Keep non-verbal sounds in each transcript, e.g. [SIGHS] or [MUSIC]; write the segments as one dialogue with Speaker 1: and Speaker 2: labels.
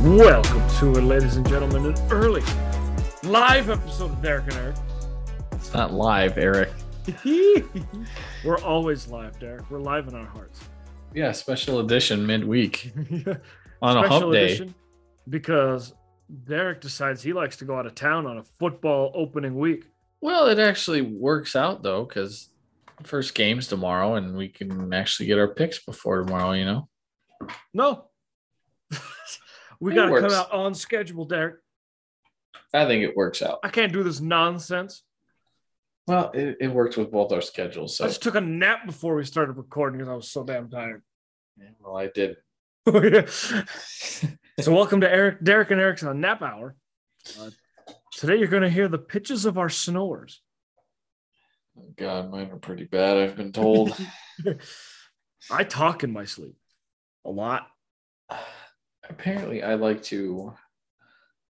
Speaker 1: Welcome to it, ladies and gentlemen, an early live episode of Derek and
Speaker 2: It's not live, Eric.
Speaker 1: Eric.
Speaker 2: [LAUGHS]
Speaker 1: We're always live, Derek. We're live in our hearts.
Speaker 2: Yeah, special edition midweek [LAUGHS] on a
Speaker 1: Special
Speaker 2: hump day.
Speaker 1: edition, because Derek decides he likes to go out of town on a football opening week.
Speaker 2: Well, it actually works out though, because first game's tomorrow, and we can actually get our picks before tomorrow. You know,
Speaker 1: No. [LAUGHS] we
Speaker 2: It
Speaker 1: got to come
Speaker 2: works.
Speaker 1: out on schedule, Derek.
Speaker 2: I think it works out.
Speaker 1: I can't do this nonsense.
Speaker 2: Well, it, it works with both our schedules.
Speaker 1: I
Speaker 2: So,
Speaker 1: just took a nap before we started recording because I was so damn tired.
Speaker 2: Yeah, well, I did.
Speaker 1: so welcome to Eric, Derek, and Eric's on Nap Hour. Uh, today you're going to hear the pitches of our snores.
Speaker 2: God, mine are pretty bad. I've
Speaker 1: [LAUGHS]
Speaker 2: been told.
Speaker 1: I talk in my sleep a lot.
Speaker 2: Apparently, I like to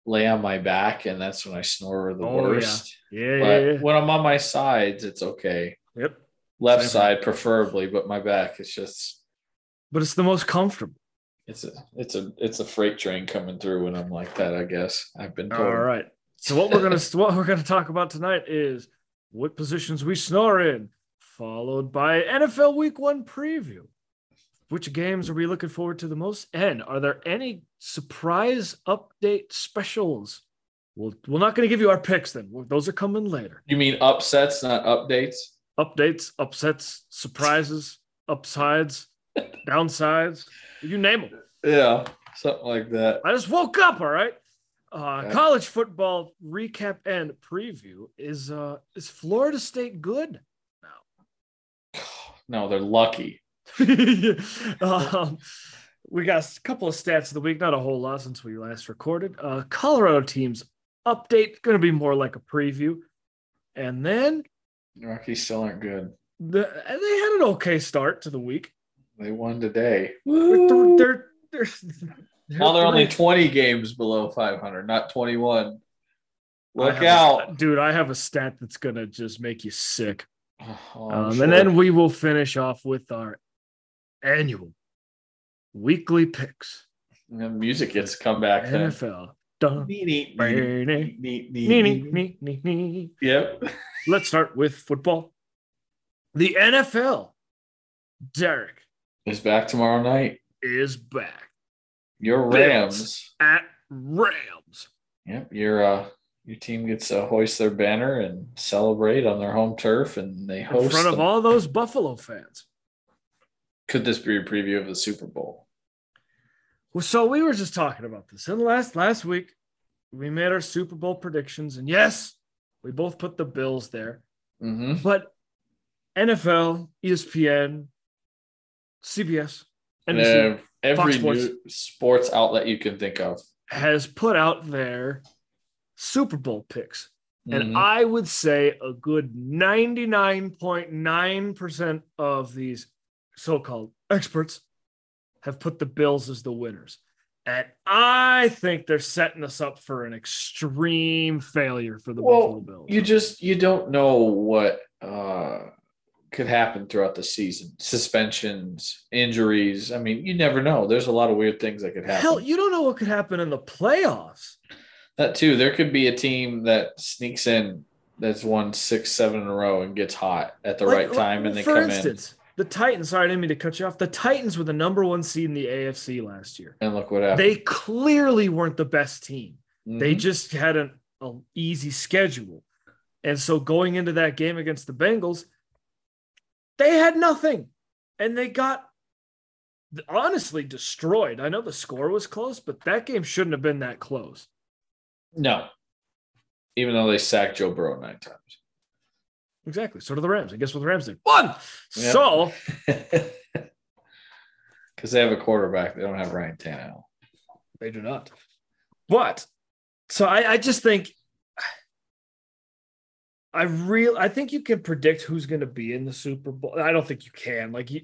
Speaker 2: lay on my back, and that's when I snore the
Speaker 1: Oh, yeah.
Speaker 2: worst.
Speaker 1: Yeah,
Speaker 2: But
Speaker 1: yeah, yeah.
Speaker 2: when I'm on my sides, it's okay.
Speaker 1: Yep.
Speaker 2: left
Speaker 1: Same.
Speaker 2: side preferably but my back is just
Speaker 1: But it's the most comfortable.
Speaker 2: it's a it's a it's a freight train coming through when i'm like that i guess i've been told
Speaker 1: All right. So what we're gonna [LAUGHS] what we're gonna talk about tonight is what positions we snore in, followed by NFL Week One preview. Which games are we looking forward to the most? And are there any surprise update specials? Well, we're not going to give you our picks then. Well, Those are coming later.
Speaker 2: you mean upsets not updates
Speaker 1: Updates, upsets, surprises, upsides, downsides. You name them.
Speaker 2: yeah something like that
Speaker 1: I just woke up. All right. Uh,
Speaker 2: Yeah.
Speaker 1: College football recap and preview is uh, is Florida State good? [LAUGHS]
Speaker 2: no they're lucky
Speaker 1: um, we got a couple of stats of the week, not a whole lot since we last recorded. Uh, Colorado teams update going to be more like a preview, and then
Speaker 2: rockies still aren't good
Speaker 1: the, and they had an okay start to the week.
Speaker 2: they won today
Speaker 1: They're,
Speaker 2: Woo!
Speaker 1: they're, they're, they're
Speaker 2: now they're only
Speaker 1: three-
Speaker 2: 20 games below 500 not 21
Speaker 1: I
Speaker 2: look
Speaker 1: have a-
Speaker 2: out
Speaker 1: dude! I have a stat that's going to just make you sick.
Speaker 2: Oh, I'm
Speaker 1: Um,
Speaker 2: sure.
Speaker 1: And then we will finish off with our annual weekly picks.
Speaker 2: And then music gets to come back then.
Speaker 1: NFL. Dun,
Speaker 2: Nee, nee, nee,
Speaker 1: brr, nee,
Speaker 2: nee,
Speaker 1: nee,
Speaker 2: nee,
Speaker 1: nee,
Speaker 2: nee.
Speaker 1: nee, nee, nee.
Speaker 2: yep
Speaker 1: Let's start with football. The NFL. Derek
Speaker 2: it's back tomorrow night
Speaker 1: is back
Speaker 2: your
Speaker 1: Bills.
Speaker 2: rams
Speaker 1: at Rams.
Speaker 2: Yep, your uh, your team gets to hoist their banner and celebrate on their home turf, and they host.
Speaker 1: In front of
Speaker 2: the-
Speaker 1: all those Buffalo fans.
Speaker 2: Could this be a preview of the Super Bowl?
Speaker 1: Well, so we were just talking about this. And last last week, we made our Super Bowl predictions. And yes, we both put the Bills there.
Speaker 2: Mm-hmm.
Speaker 1: But NFL, ESPN, CBS, NBC
Speaker 2: every
Speaker 1: Fox Sports.
Speaker 2: new sports outlet you can think of.
Speaker 1: has put out their Super Bowl picks. And
Speaker 2: Mhm.
Speaker 1: I would say a good 99.9% of these so called experts have put the Bills as the winners. And I think they're setting us up for an extreme failure for the
Speaker 2: Well,
Speaker 1: Buffalo Bills.
Speaker 2: you just you don't know what uh, could happen throughout the season. Suspensions, injuries. I mean, you never know. There's a lot of weird things that could happen.
Speaker 1: Hell, you don't know what could happen in the playoffs.
Speaker 2: That too. There could be a team that sneaks in that's won six, seven in a row and gets hot at the
Speaker 1: Like-
Speaker 2: right time,
Speaker 1: like,
Speaker 2: and they
Speaker 1: for
Speaker 2: come
Speaker 1: instance, the Titans. Sorry, I didn't mean to cut you off. The Titans were the number one seed in the AFC last year.
Speaker 2: in and look what happened.
Speaker 1: They clearly weren't the best team. They
Speaker 2: Mhm.
Speaker 1: just had an a easy schedule, and so going into that game against the Bengals, they had nothing, and they got honestly destroyed. I know the score was close, but that game shouldn't have been that close.
Speaker 2: no, even though they sacked Joe Burrow nine times.
Speaker 1: Exactly. So do the Rams. And guess what the Rams did? One. So
Speaker 2: [LAUGHS] Because they have a quarterback, they don't have Ryan Tannehill.
Speaker 1: They do not. But so I, I just think I real I think you can predict who's going to be in the Super Bowl. I don't think you can. Like you,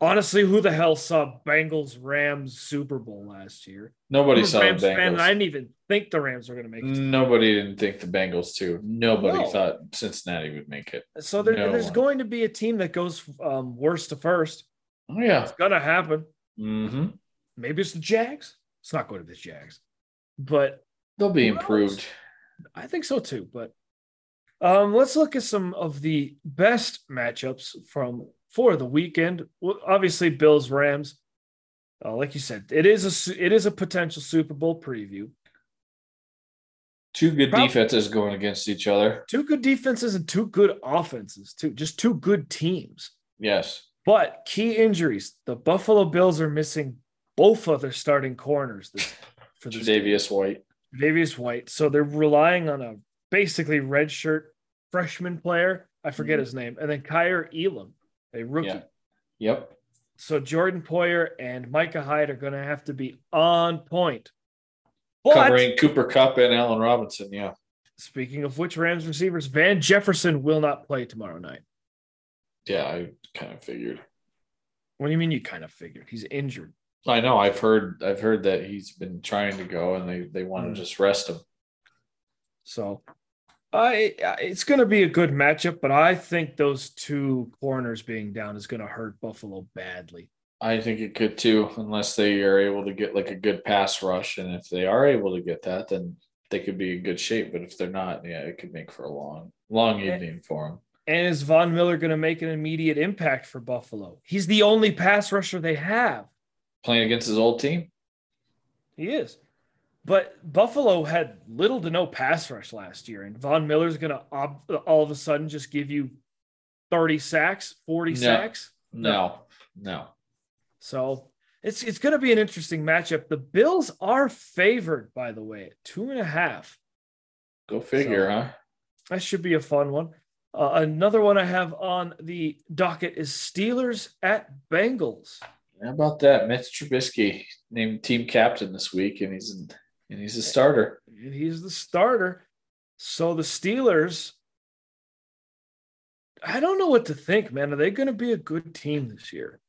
Speaker 1: honestly, who the hell saw Bengals Rams Super Bowl last year?
Speaker 2: Nobody
Speaker 1: I'm a
Speaker 2: saw
Speaker 1: Rams
Speaker 2: the
Speaker 1: fan, and I
Speaker 2: Bengals.
Speaker 1: didn't even think the Rams were going to make it.
Speaker 2: Nobody didn't think the Bengals too. Nobody
Speaker 1: No.
Speaker 2: thought Cincinnati would make it.
Speaker 1: So there,
Speaker 2: No
Speaker 1: and there's
Speaker 2: one.
Speaker 1: going to be a team that goes um, worst to first.
Speaker 2: Oh yeah.
Speaker 1: It's going to happen.
Speaker 2: Mm-hmm.
Speaker 1: Maybe it's the Jags. It's not going to be the Jags. but
Speaker 2: They'll be
Speaker 1: Who knows?
Speaker 2: improved.
Speaker 1: I think so too. But um, let's look at some of the best matchups from for the weekend. Well, obviously, Bills Rams. Uh, like you said, it is a su- it is a potential Super Bowl preview.
Speaker 2: Two good
Speaker 1: Prob-
Speaker 2: defenses going against each other.
Speaker 1: Two good defenses and two good offenses too. Just two good teams.
Speaker 2: Yes.
Speaker 1: But key injuries. The Buffalo Bills are missing both of their starting corners this, for this game.
Speaker 2: Davius White.
Speaker 1: Davius White. So they're relying on a basically redshirt freshman player. I forget
Speaker 2: Mhm.
Speaker 1: his name. And then Kyer Elam, a rookie.
Speaker 2: Yeah. Yep.
Speaker 1: So Jordan Poyer and Micah Hyde are going to have to be on point. But
Speaker 2: Covering Cooper Cup and Allen Robinson. Yeah.
Speaker 1: speaking of which, Rams receivers, Van Jefferson will not play tomorrow night.
Speaker 2: Yeah. I kind of figured.
Speaker 1: What do you mean you kind of figured? He's injured.
Speaker 2: I know. I've heard. I've heard that he's been trying to go, and they they want
Speaker 1: Mm.
Speaker 2: to just rest him.
Speaker 1: So I, I it's going to be a good matchup, but I think those two corners being down is going to hurt Buffalo badly.
Speaker 2: I think it could too, unless they are able to get like a good pass rush, and if they are able to get that, then they could be in good shape. But if they're not, yeah, it could make for a long, long
Speaker 1: Yeah.
Speaker 2: evening for them.
Speaker 1: And is Von Miller going to make an immediate impact for Buffalo? He's the only pass rusher they have.
Speaker 2: Playing against his old team.
Speaker 1: He is. But Buffalo had little to no pass rush last year, and Von Miller's going to ob- all of a sudden just give you 30 sacks, 40
Speaker 2: No.
Speaker 1: sacks.
Speaker 2: No, no.
Speaker 1: So it's it's going to be an interesting matchup. The Bills are favored, by the way, at two and a half.
Speaker 2: Go figure,
Speaker 1: So-
Speaker 2: huh?
Speaker 1: That should be a fun one. Uh, another one I have on the docket is Steelers at Bengals.
Speaker 2: How about that? Mitch Trubisky named team captain this week, and he's in, and he's a starter.
Speaker 1: and he's the starter. So the Steelers, I don't know what to think, man. Are they going to be a good team this year?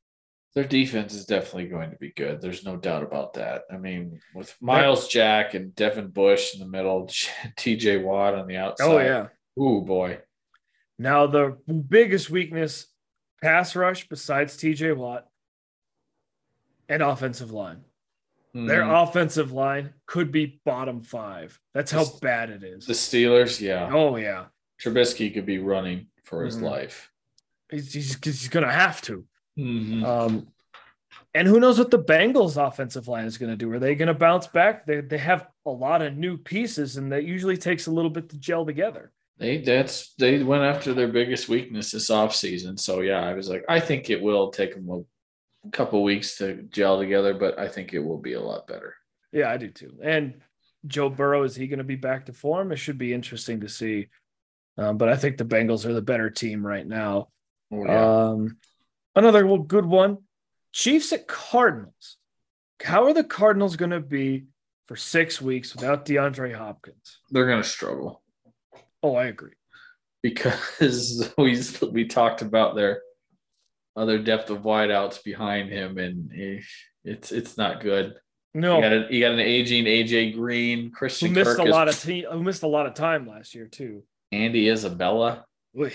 Speaker 2: Their defense is definitely going to be good. There's no doubt about that. I mean, with Miles Jack and Devin Bush in the middle, [LAUGHS] TJ Watt on the outside. Ooh boy.
Speaker 1: Oh, Now the biggest weakness, pass rush, besides T.J. Watt, and offensive line. Their
Speaker 2: Mhm.
Speaker 1: offensive line could be bottom five. That's how
Speaker 2: This-
Speaker 1: bad it is.
Speaker 2: the Steelers. Yeah,
Speaker 1: Oh yeah,
Speaker 2: Trubisky could be running for his
Speaker 1: Mhm.
Speaker 2: life.
Speaker 1: he's he's, he's going to have to.
Speaker 2: Mhm.
Speaker 1: Um, and who knows what the Bengals offensive line is going to do? Are they going to bounce back? They, they have a lot of new pieces, and that usually takes a little bit to gel together.
Speaker 2: They that's they went after their biggest weakness this offseason. So yeah, I was like, I think it will take them a couple weeks to gel together, but I think it will be a lot better.
Speaker 1: Yeah, I do too. And Joe Burrow, is he going to be back to form? It should be interesting to see. Um, but I think the Bengals are the better team right now.
Speaker 2: Oh, yeah.
Speaker 1: Um, another w- good one Chiefs at Cardinals. How are the Cardinals going to be for six weeks without DeAndre Hopkins?
Speaker 2: They're gonna struggle
Speaker 1: Oh, I agree.
Speaker 2: because [LAUGHS] we we talked about their other depth of wideouts behind him, and eh, it's it's not good.
Speaker 1: No.
Speaker 2: You got a, you got an aging AJ Green,
Speaker 1: who
Speaker 2: Christian
Speaker 1: missed
Speaker 2: Kirk,
Speaker 1: a
Speaker 2: is-
Speaker 1: lot of te- who missed a lot of time last year too.
Speaker 2: Andy Isabella.
Speaker 1: Ugh.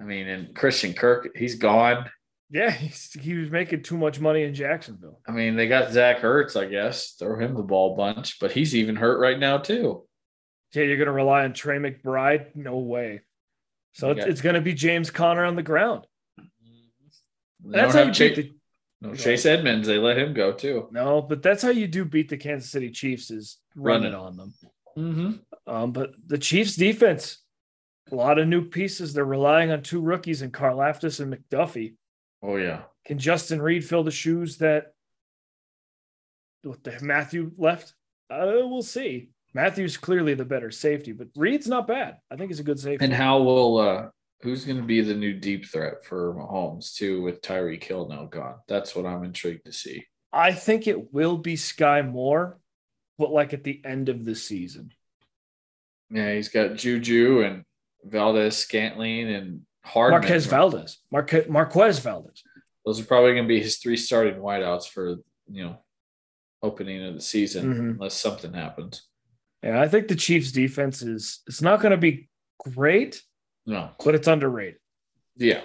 Speaker 2: I mean, and Christian Kirk, he's gone.
Speaker 1: [LAUGHS] Yeah, he's, he was making too much money in Jacksonville.
Speaker 2: I mean, they got Zach Ertz, I guess. Throw him the ball bunch, but he's even hurt right now too.
Speaker 1: Yeah, you're going to rely on Trey McBride? No way. So it's,
Speaker 2: Yeah.
Speaker 1: it's going to be James Conner on the ground.
Speaker 2: They
Speaker 1: That's how
Speaker 2: don't
Speaker 1: you
Speaker 2: have Chase,
Speaker 1: beat the,
Speaker 2: no, Chase Edmonds. They let him go too.
Speaker 1: no, but that's how you do beat the Kansas City Chiefs is running
Speaker 2: Running.
Speaker 1: on them.
Speaker 2: Mm-hmm.
Speaker 1: Um, but the Chiefs defense, a lot of new pieces. They're relying on two rookies in Karlaftis and McDuffie.
Speaker 2: Oh yeah,
Speaker 1: Can Justin Reed fill the shoes that what the Matthew left? Uh, we'll see. Matthew's clearly the better safety, but Reed's not bad. I think he's a good safety.
Speaker 2: and how will uh who's going to be the new deep threat for Mahomes too with Tyreek Hill now gone? That's what I'm intrigued to see.
Speaker 1: I think it will be Sky Moore, but like at the end of the season.
Speaker 2: Yeah, he's got Juju and Valdez Scantling and Hardman.
Speaker 1: Marquez Valdez. Marque- Marquez Valdez.
Speaker 2: those are probably going to be his three starting wideouts for you know opening of the season
Speaker 1: Mhm.
Speaker 2: unless something happens.
Speaker 1: And I think the Chiefs defense is it's not going to be great,
Speaker 2: No,
Speaker 1: but it's underrated.
Speaker 2: yeah,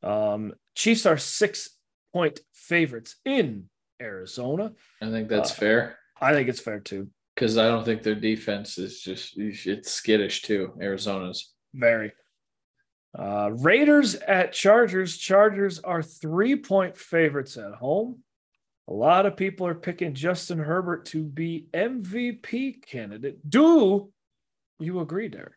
Speaker 1: Um, Chiefs are six point favorites in Arizona.
Speaker 2: I think that's
Speaker 1: Uh,
Speaker 2: fair.
Speaker 1: I think it's fair too.
Speaker 2: because I don't think their defense is just it's skittish too. Arizona's
Speaker 1: Very. Uh, Raiders at Chargers. Chargers are three point favorites at home. A lot of people are picking Justin Herbert to be MVP candidate. Do you agree, Derek?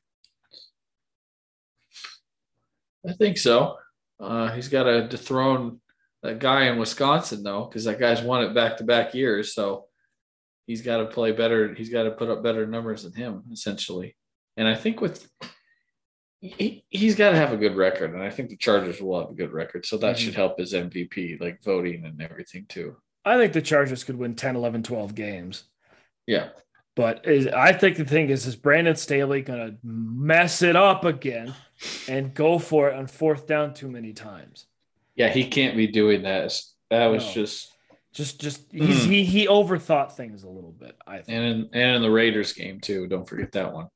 Speaker 2: I think so. Uh, he's got to dethrone that guy in Wisconsin though, because that guy's won it back to back years. So he's got to play better. He's got to put up better numbers than him essentially. And I think with he, he's got to have a good record, and I think the Chargers will have a good record. So that
Speaker 1: Mhm.
Speaker 2: should help his MVP like voting and everything too.
Speaker 1: I think the Chargers could win 10, 11, 12 games.
Speaker 2: Yeah,
Speaker 1: But is, I think the thing is, is Brandon Staley going to mess it up again and go for it on fourth down too many times?
Speaker 2: yeah, he can't be doing that. That was
Speaker 1: No.
Speaker 2: just
Speaker 1: Just, just he's,
Speaker 2: Mm.
Speaker 1: he he overthought things a little bit. I think.
Speaker 2: and in, and in the Raiders game too. Don't forget that one.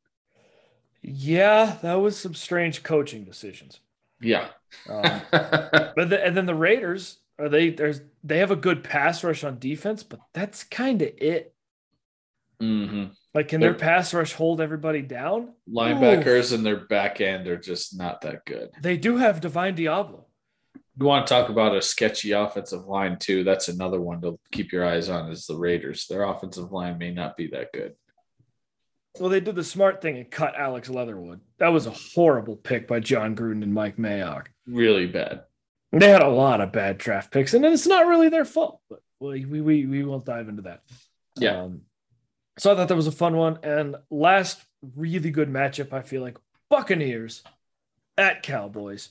Speaker 1: Yeah, that was some strange coaching decisions.
Speaker 2: Yeah, [LAUGHS]
Speaker 1: Um, but the, and then the Raiders are they there's they have a good pass rush on defense, but that's kind of it.
Speaker 2: hmm
Speaker 1: Like, can their pass rush hold everybody down?
Speaker 2: linebackers and their back end are just not that good.
Speaker 1: They do have Divine Diablo.
Speaker 2: You want to talk about a sketchy offensive line too? That's another one to keep your eyes on. Is the Raiders? Their offensive line may not be that good.
Speaker 1: Well, they did the smart thing and cut Alex Leatherwood. That was a horrible pick by John Gruden and Mike Mayock.
Speaker 2: Really bad.
Speaker 1: They had a lot of bad draft picks, and it's not really their fault. But we we we, we won't dive into that.
Speaker 2: Yeah.
Speaker 1: Um, so I thought that was a fun one, and last really good matchup. I feel like Buccaneers at Cowboys.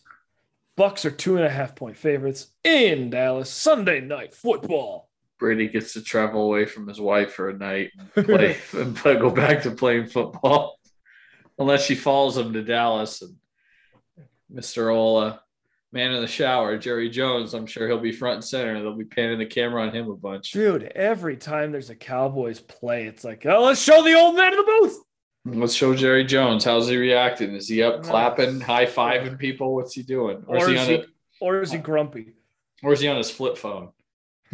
Speaker 1: Bucks are two and a half point favorites in Dallas Sunday night football.
Speaker 2: Brady gets to travel away from his wife for a night,
Speaker 1: [LAUGHS]
Speaker 2: and [LAUGHS] play, [LAUGHS] and go back to playing football, [LAUGHS] unless she follows him to Dallas and Mr. Ola, man in the shower, Jerry Jones. I'm sure he'll be front and center. They'll be panning the camera on him a bunch.
Speaker 1: Dude, every time there's a Cowboys play, it's like, oh, let's show the old man in the booth.
Speaker 2: Let's show Jerry Jones. How's he reacting? Is he up
Speaker 1: Nice.
Speaker 2: clapping, high fiving people? What's he doing? Or, is, he on it? Oh.
Speaker 1: or is he grumpy?
Speaker 2: [LAUGHS]
Speaker 1: [LAUGHS]
Speaker 2: or is he on his flip phone?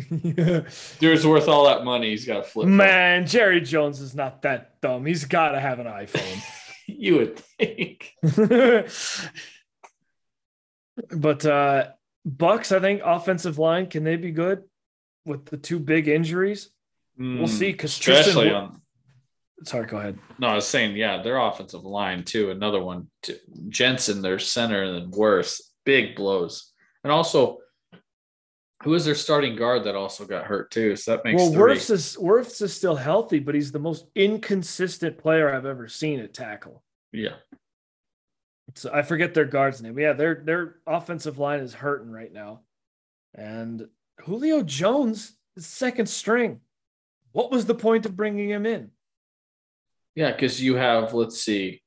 Speaker 2: Dude's worth all that money. He's got a flip phone.
Speaker 1: Man, Jerry Jones is not that dumb. He's got to have an
Speaker 2: [LAUGHS] You would think.
Speaker 1: iPhone. [LAUGHS] but uh Bucks, I think offensive line can they be good with the two big injuries? We'll
Speaker 2: Mm.
Speaker 1: see. Because
Speaker 2: Especially on
Speaker 1: sorry, go ahead.
Speaker 2: No, I was saying, yeah, their offensive line too. Another one, too. Jensen, their center, and then worse, big blows. And also, who is their starting guard that also got hurt too? So that makes
Speaker 1: Well,
Speaker 2: three.
Speaker 1: Wirfs is Wirfs is still healthy, but he's the most inconsistent player I've ever seen at tackle.
Speaker 2: yeah,
Speaker 1: So I forget their guard's name. Yeah, their their offensive line is hurting right now. And Julio Jones is second string. What was the point of bringing him in?
Speaker 2: yeah, because you have let's see,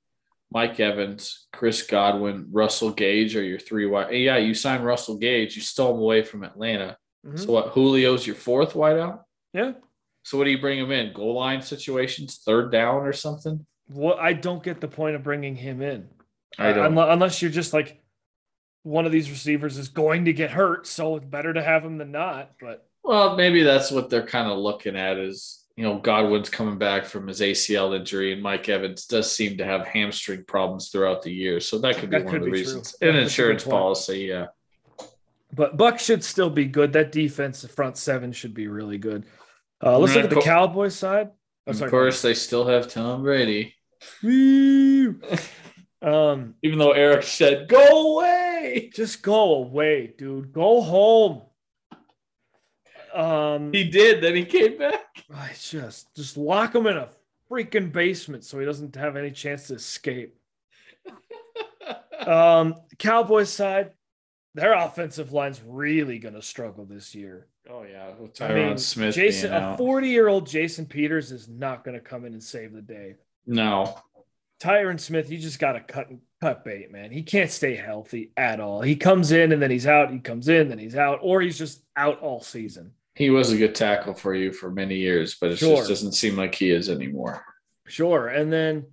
Speaker 2: Mike Evans, Chris Godwin, Russell Gage are your three wide. Yeah, you signed Russell Gage, you stole him away from Atlanta.
Speaker 1: Mhm.
Speaker 2: So what? Julio's your fourth wideout.
Speaker 1: yeah.
Speaker 2: So what do you bring him in? Goal line situations, third down or something?
Speaker 1: What I don't get the point of bringing him in.
Speaker 2: I don't.
Speaker 1: Unle- unless you're just like one of these receivers is going to get hurt, so it's better to have him than not. But
Speaker 2: Well, maybe that's what they're kind of looking at is, you know, Godwin's coming back from his ACL injury, and Mike Evans does seem to have hamstring problems throughout the year. So that could be
Speaker 1: That
Speaker 2: one
Speaker 1: could
Speaker 2: of the
Speaker 1: be
Speaker 2: reasons.
Speaker 1: true. That's
Speaker 2: An
Speaker 1: a good
Speaker 2: insurance
Speaker 1: point.
Speaker 2: policy, yeah.
Speaker 1: but Buck should still be good. That defense, the front seven should be really good. Uh, let's
Speaker 2: And
Speaker 1: look
Speaker 2: of
Speaker 1: at the
Speaker 2: cour-
Speaker 1: Cowboys side. Oh,
Speaker 2: of
Speaker 1: sorry.
Speaker 2: course, they still have Tom Brady, [LAUGHS]
Speaker 1: Woo. Um,
Speaker 2: even though Eric said, go away.
Speaker 1: Just go away, dude. Go home. Um,
Speaker 2: He did. Then he came back.
Speaker 1: I just just lock him in a freaking basement so he doesn't have any chance to escape. Um, Cowboys side, their offensive line's really gonna struggle this year.
Speaker 2: [LAUGHS] oh, yeah. With
Speaker 1: I
Speaker 2: Tyron
Speaker 1: mean,
Speaker 2: Smith.
Speaker 1: Jason,
Speaker 2: being
Speaker 1: a
Speaker 2: out.
Speaker 1: forty-year-old Jason Peters is not gonna come in and save the day.
Speaker 2: no.
Speaker 1: Tyron Smith, you just gotta cut cut bait, man. He can't stay healthy at all. He comes in and then he's out. He comes in, then he's out, or he's just out all season.
Speaker 2: He was a good tackle for you for many years, but it
Speaker 1: Sure.
Speaker 2: just doesn't seem like he is anymore.
Speaker 1: Sure. And then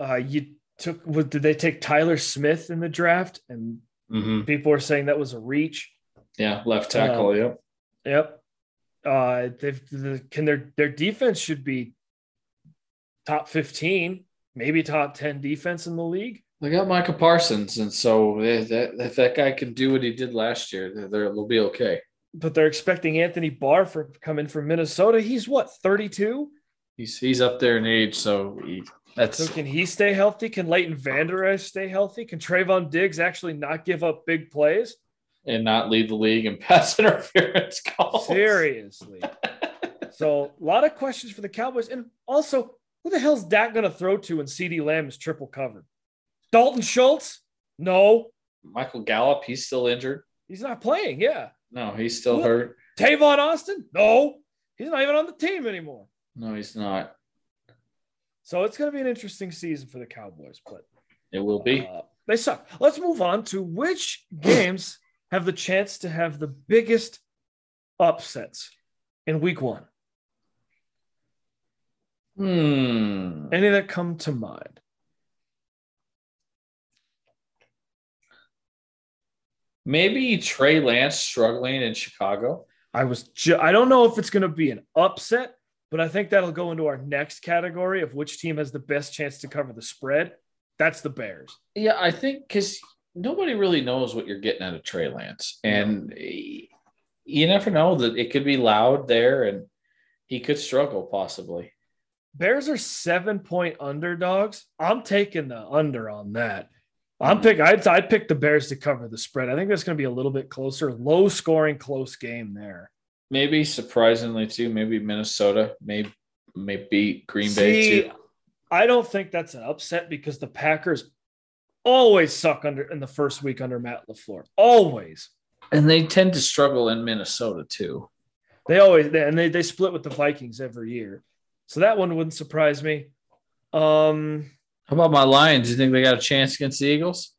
Speaker 1: uh, you took what did they take Tyler Smith in the draft? And
Speaker 2: hmm
Speaker 1: people are saying that was a reach.
Speaker 2: Yeah. Left tackle. yep.
Speaker 1: Yep. Uh, they've the, can their their defense should be top fifteen, maybe top ten defense in the league.
Speaker 2: They got Micah Parsons, and so if that, if that guy can do what he did last year, they're- they're, they'll be okay.
Speaker 1: But they're expecting Anthony Barr for coming from Minnesota. He's what thirty two.
Speaker 2: He's he's up there in age, so he, that's
Speaker 1: So can he stay healthy? Can Leighton Vander Esch stay healthy? Can Trayvon Diggs actually not give up big plays?
Speaker 2: [LAUGHS] and not lead the league in [LAUGHS] pass interference calls.
Speaker 1: Seriously. so a lot of questions for the Cowboys. And also, who the hell's Dak going to throw to when CeeDee Lamb is triple covered? Dalton Schultz? No,
Speaker 2: Michael Gallup, he's still injured.
Speaker 1: he's not playing. Yeah.
Speaker 2: No, he's still
Speaker 1: Look.
Speaker 2: hurt.
Speaker 1: Tavon Austin? No, he's not even on the team anymore.
Speaker 2: No, he's not.
Speaker 1: So it's going to be an interesting season for the Cowboys, but
Speaker 2: It will be.
Speaker 1: uh, they suck. Let's move on to which games have the chance to have the biggest upsets in week one.
Speaker 2: hmm.
Speaker 1: Any that come to mind?
Speaker 2: Maybe Trey Lance struggling in Chicago.
Speaker 1: I was ju- I don't know if it's going to be an upset, but I think that'll go into our next category of which team has the best chance to cover the spread. That's the Bears.
Speaker 2: Yeah, I think because nobody really knows what you're getting out of Trey Lance, and eh, you never know that it could be loud there, and he could struggle possibly.
Speaker 1: Bears are 7-point underdogs. I'm taking the under on that. I'm pick I'd, I'd pick the Bears to cover the spread. I think that's going to be a little bit closer, low scoring close game there.
Speaker 2: Maybe surprisingly too. Maybe Minnesota may may beat Green Bay
Speaker 1: See,
Speaker 2: too.
Speaker 1: I don't think that's an upset because the Packers always suck under in the first week under Matt LaFleur. Always.
Speaker 2: And they tend to struggle in Minnesota too.
Speaker 1: They always they, and they they split with the Vikings every year, so that one wouldn't surprise me. Um,
Speaker 2: How about my Lions? You think they got a chance against the Eagles?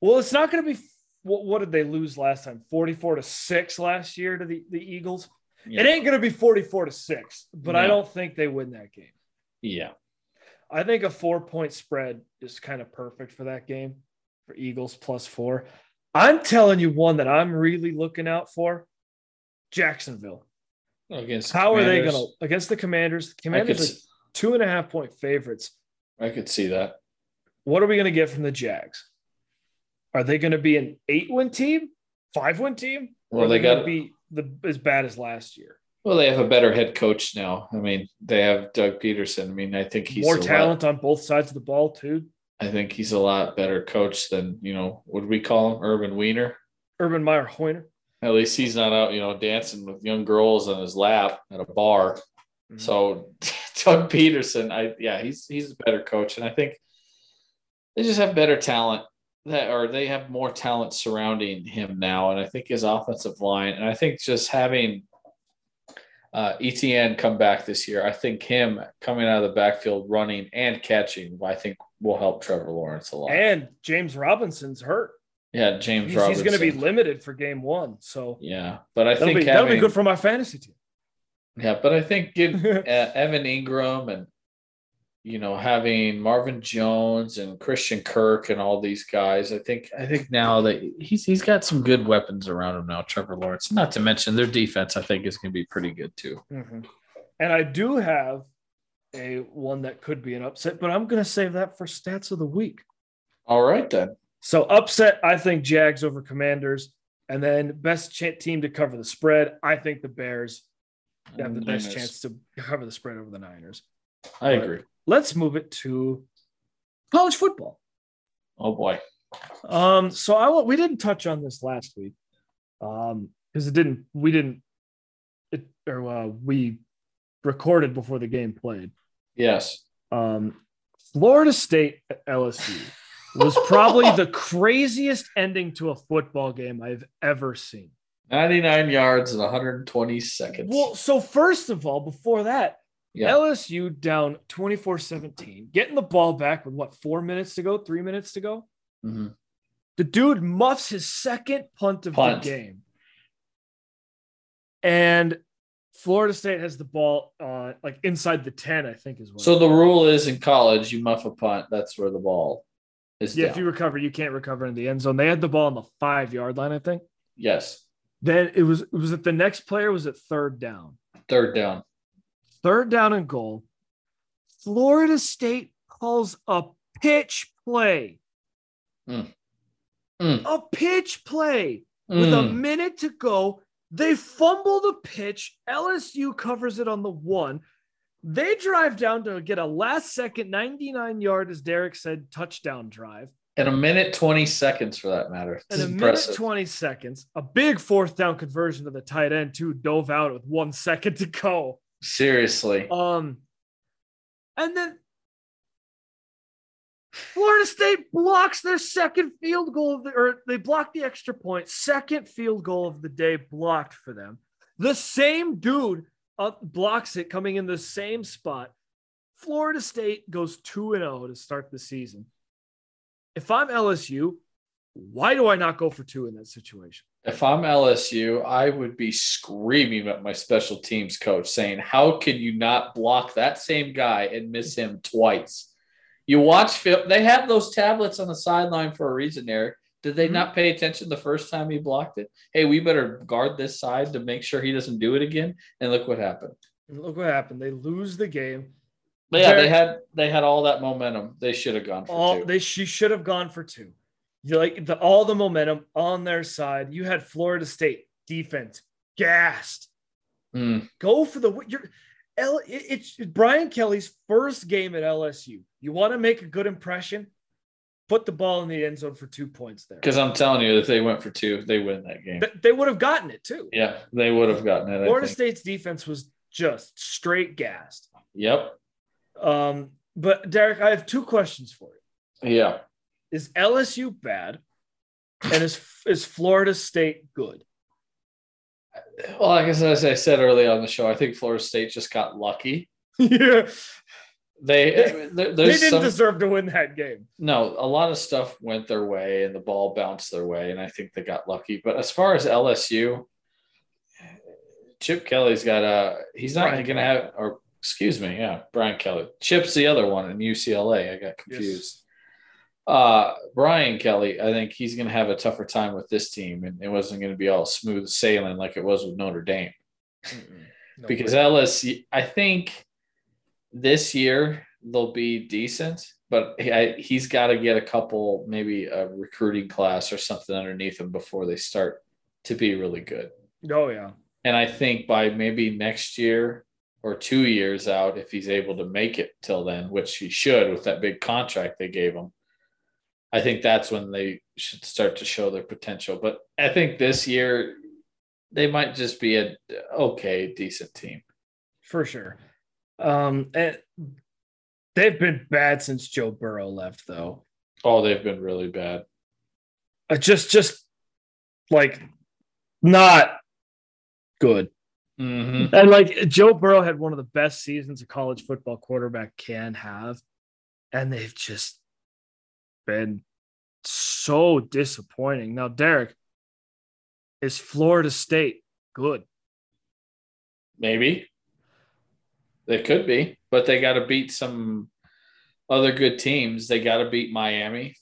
Speaker 1: well, it's not going to be. What, what did they lose last time? Forty-four to six last year to the the Eagles.
Speaker 2: Yeah.
Speaker 1: It ain't going to be forty-four to six, but I
Speaker 2: No.
Speaker 1: don't think they win that game.
Speaker 2: Yeah.
Speaker 1: I think a four-point spread is kind of perfect for that game for Eagles plus four. I'm telling you one that I'm really looking out for: Jacksonville.
Speaker 2: Against
Speaker 1: How are they
Speaker 2: Commanders.
Speaker 1: going to against the Commanders? The
Speaker 2: I could,
Speaker 1: Commanders are
Speaker 2: s-
Speaker 1: two and a half point favorites.
Speaker 2: I could see that.
Speaker 1: what are we going to get from the Jags? Are they going to be an eight win team, five win team? Or
Speaker 2: Well,
Speaker 1: are they,
Speaker 2: they
Speaker 1: going to
Speaker 2: got-
Speaker 1: be the, as bad as last year?
Speaker 2: Well, they have a better head coach now. I mean, they have Doug Peterson. I mean, I think he's
Speaker 1: More
Speaker 2: a lot-
Speaker 1: talent on both sides of the ball, too.
Speaker 2: I think he's a lot better coach than you know. Would we call him Urban Wiener?
Speaker 1: Urban Meyer Hoyner.
Speaker 2: At least he's not out, you know, dancing with young girls on his lap at a bar.
Speaker 1: Mm-hmm.
Speaker 2: So [LAUGHS] Doug Peterson, I yeah, he's he's a better coach, and I think they just have better talent that or they have more talent surrounding him now, and I think his offensive line, and I think just having uh, ETN come back this year, I think him coming out of the backfield running and catching, I think will help Trevor Lawrence a lot.
Speaker 1: and James Robinson's hurt.
Speaker 2: yeah, James
Speaker 1: He's,
Speaker 2: Robinson.
Speaker 1: going to be limited for game one. So
Speaker 2: yeah, but I
Speaker 1: that'll
Speaker 2: think
Speaker 1: be, that'll be
Speaker 2: having,
Speaker 1: good for my fantasy team. [LAUGHS]
Speaker 2: yeah, but I think give uh, Evan Ingram and you know having Marvin Jones and Christian Kirk and all these guys. I think I think now that he's he's got some good weapons around him now. Trevor Lawrence, not to mention their defense. I think is going to be pretty good too.
Speaker 1: Mhm. And I do have a one that could be an upset, but I'm going to save that for stats of the week.
Speaker 2: All right then.
Speaker 1: So upset, I think Jags over Commanders, and then best ch- team to cover the spread. I think the Bears have the best
Speaker 2: Niners.
Speaker 1: chance to cover the spread over the Niners.
Speaker 2: I agree.
Speaker 1: Let's move it to college football.
Speaker 2: Oh boy.
Speaker 1: Um, so I wa- we didn't touch on this last week, um, because it didn't we didn't it or uh, we recorded before the game played.
Speaker 2: Yes.
Speaker 1: Um, Florida State at LSU was probably the craziest ending to a football game I've ever seen.
Speaker 2: 99 yards in 120 seconds.
Speaker 1: Well, so first of all, before that,
Speaker 2: yeah.
Speaker 1: LSU down 24 17, getting the ball back with what, four minutes to go, three minutes to go?
Speaker 2: Mhm.
Speaker 1: The dude muffs his second punt of
Speaker 2: Punt.
Speaker 1: the game. And Florida State has the ball uh, like inside the 10, I think is what.
Speaker 2: So the rule is in college, you muff a punt. That's where the ball is.
Speaker 1: yeah,
Speaker 2: down.
Speaker 1: if you recover, you can't recover in the end zone. They had the ball on the five yard line, I think.
Speaker 2: yes.
Speaker 1: Then it was it was at the next player was at third down.
Speaker 2: Third down.
Speaker 1: Third down and goal. Florida State calls a pitch play.
Speaker 2: Mm. Mm.
Speaker 1: A pitch play with a
Speaker 2: Mm.
Speaker 1: minute to go. They fumble the pitch. LSU covers it on the one. They drive down to get a last second 99 yard, as Derek said, touchdown drive.
Speaker 2: And a minute 20 seconds for that matter. It's
Speaker 1: And a
Speaker 2: impressive.
Speaker 1: minute 20 seconds, a big fourth down conversion to the tight end, too, dove out with one second to go.
Speaker 2: Seriously.
Speaker 1: Um, and then Florida State blocks their second field goal, of the, or they block the extra point. Second field goal of the day blocked for them. The same dude uh, blocks it coming in the same spot. Florida State goes 2 and 0 to start the season. If I'm LSU, why do I not go for two in that situation?
Speaker 2: If I'm LSU, I would be screaming at my special teams coach saying, How can you not block that same guy and miss him twice? You watch film, they have those tablets on the sideline for a reason, Eric. Did they
Speaker 1: Mhm.
Speaker 2: not pay attention the first time he blocked it? Hey, we better guard this side to make sure he doesn't do it again. And look what happened.
Speaker 1: And look what happened. They lose the game.
Speaker 2: But yeah, they
Speaker 1: Derek-
Speaker 2: had they had all that momentum. They should have gone for
Speaker 1: all
Speaker 2: two.
Speaker 1: they she should have gone for two. You like the all the momentum on their side. You had Florida State defense gassed.
Speaker 2: Mm,
Speaker 1: Go for the win. You're- L, it- it's Brian Kelly's first game at LSU. You want to make a good impression? Put the ball in the end zone for two points there.
Speaker 2: Because I'm telling you, if they went for two, they win that game.
Speaker 1: Th- they would have gotten it too.
Speaker 2: Yeah, they would have gotten it. I
Speaker 1: Florida
Speaker 2: think.
Speaker 1: State's defense was just straight gassed.
Speaker 2: Yep.
Speaker 1: Um, but Derek, I have two questions for you.
Speaker 2: Yeah.
Speaker 1: is LSU bad? And is is Florida State good?
Speaker 2: Well, I guess as I said earlier on the show, I think Florida State just got lucky.
Speaker 1: [LAUGHS] yeah,
Speaker 2: They
Speaker 1: They-
Speaker 2: I mean, there-
Speaker 1: they
Speaker 2: there's
Speaker 1: didn't
Speaker 2: some,
Speaker 1: deserve to win that game.
Speaker 2: no a lot of stuff went their way and the ball bounced their way, and I think they got lucky. But as far as LSU, Chip Kelly's got a he's not
Speaker 1: Brian
Speaker 2: going to have or excuse me, yeah, Brian Kelly. Chip's the other one in UCLA. I got confused. uh, Brian Kelly, I think he's going to have a tougher time with this team, and it wasn't going to be all smooth sailing like it was with Notre Dame because LSU. I think this year they'll be decent, but he, I, he's got to get a couple, maybe a recruiting class or something underneath him before they start to be really good.
Speaker 1: oh yeah,
Speaker 2: And I think by maybe next year or two years out, if he's able to make it till then, which he should with that big contract they gave him, I think that's when they should start to show their potential. But I think this year they might just be a okay, decent team.
Speaker 1: for sure. Um, and they've been bad since Joe Burrow left, though.
Speaker 2: Oh, they've been really bad.
Speaker 1: Uh, just just like not good.
Speaker 2: Mm-hmm.
Speaker 1: And like Joe Burrow had one of the best seasons a college football quarterback can have, and they've just been so disappointing. Now, Derek, is Florida State good?
Speaker 2: Maybe they could be, but they got to beat some other good teams. They got to beat Miami,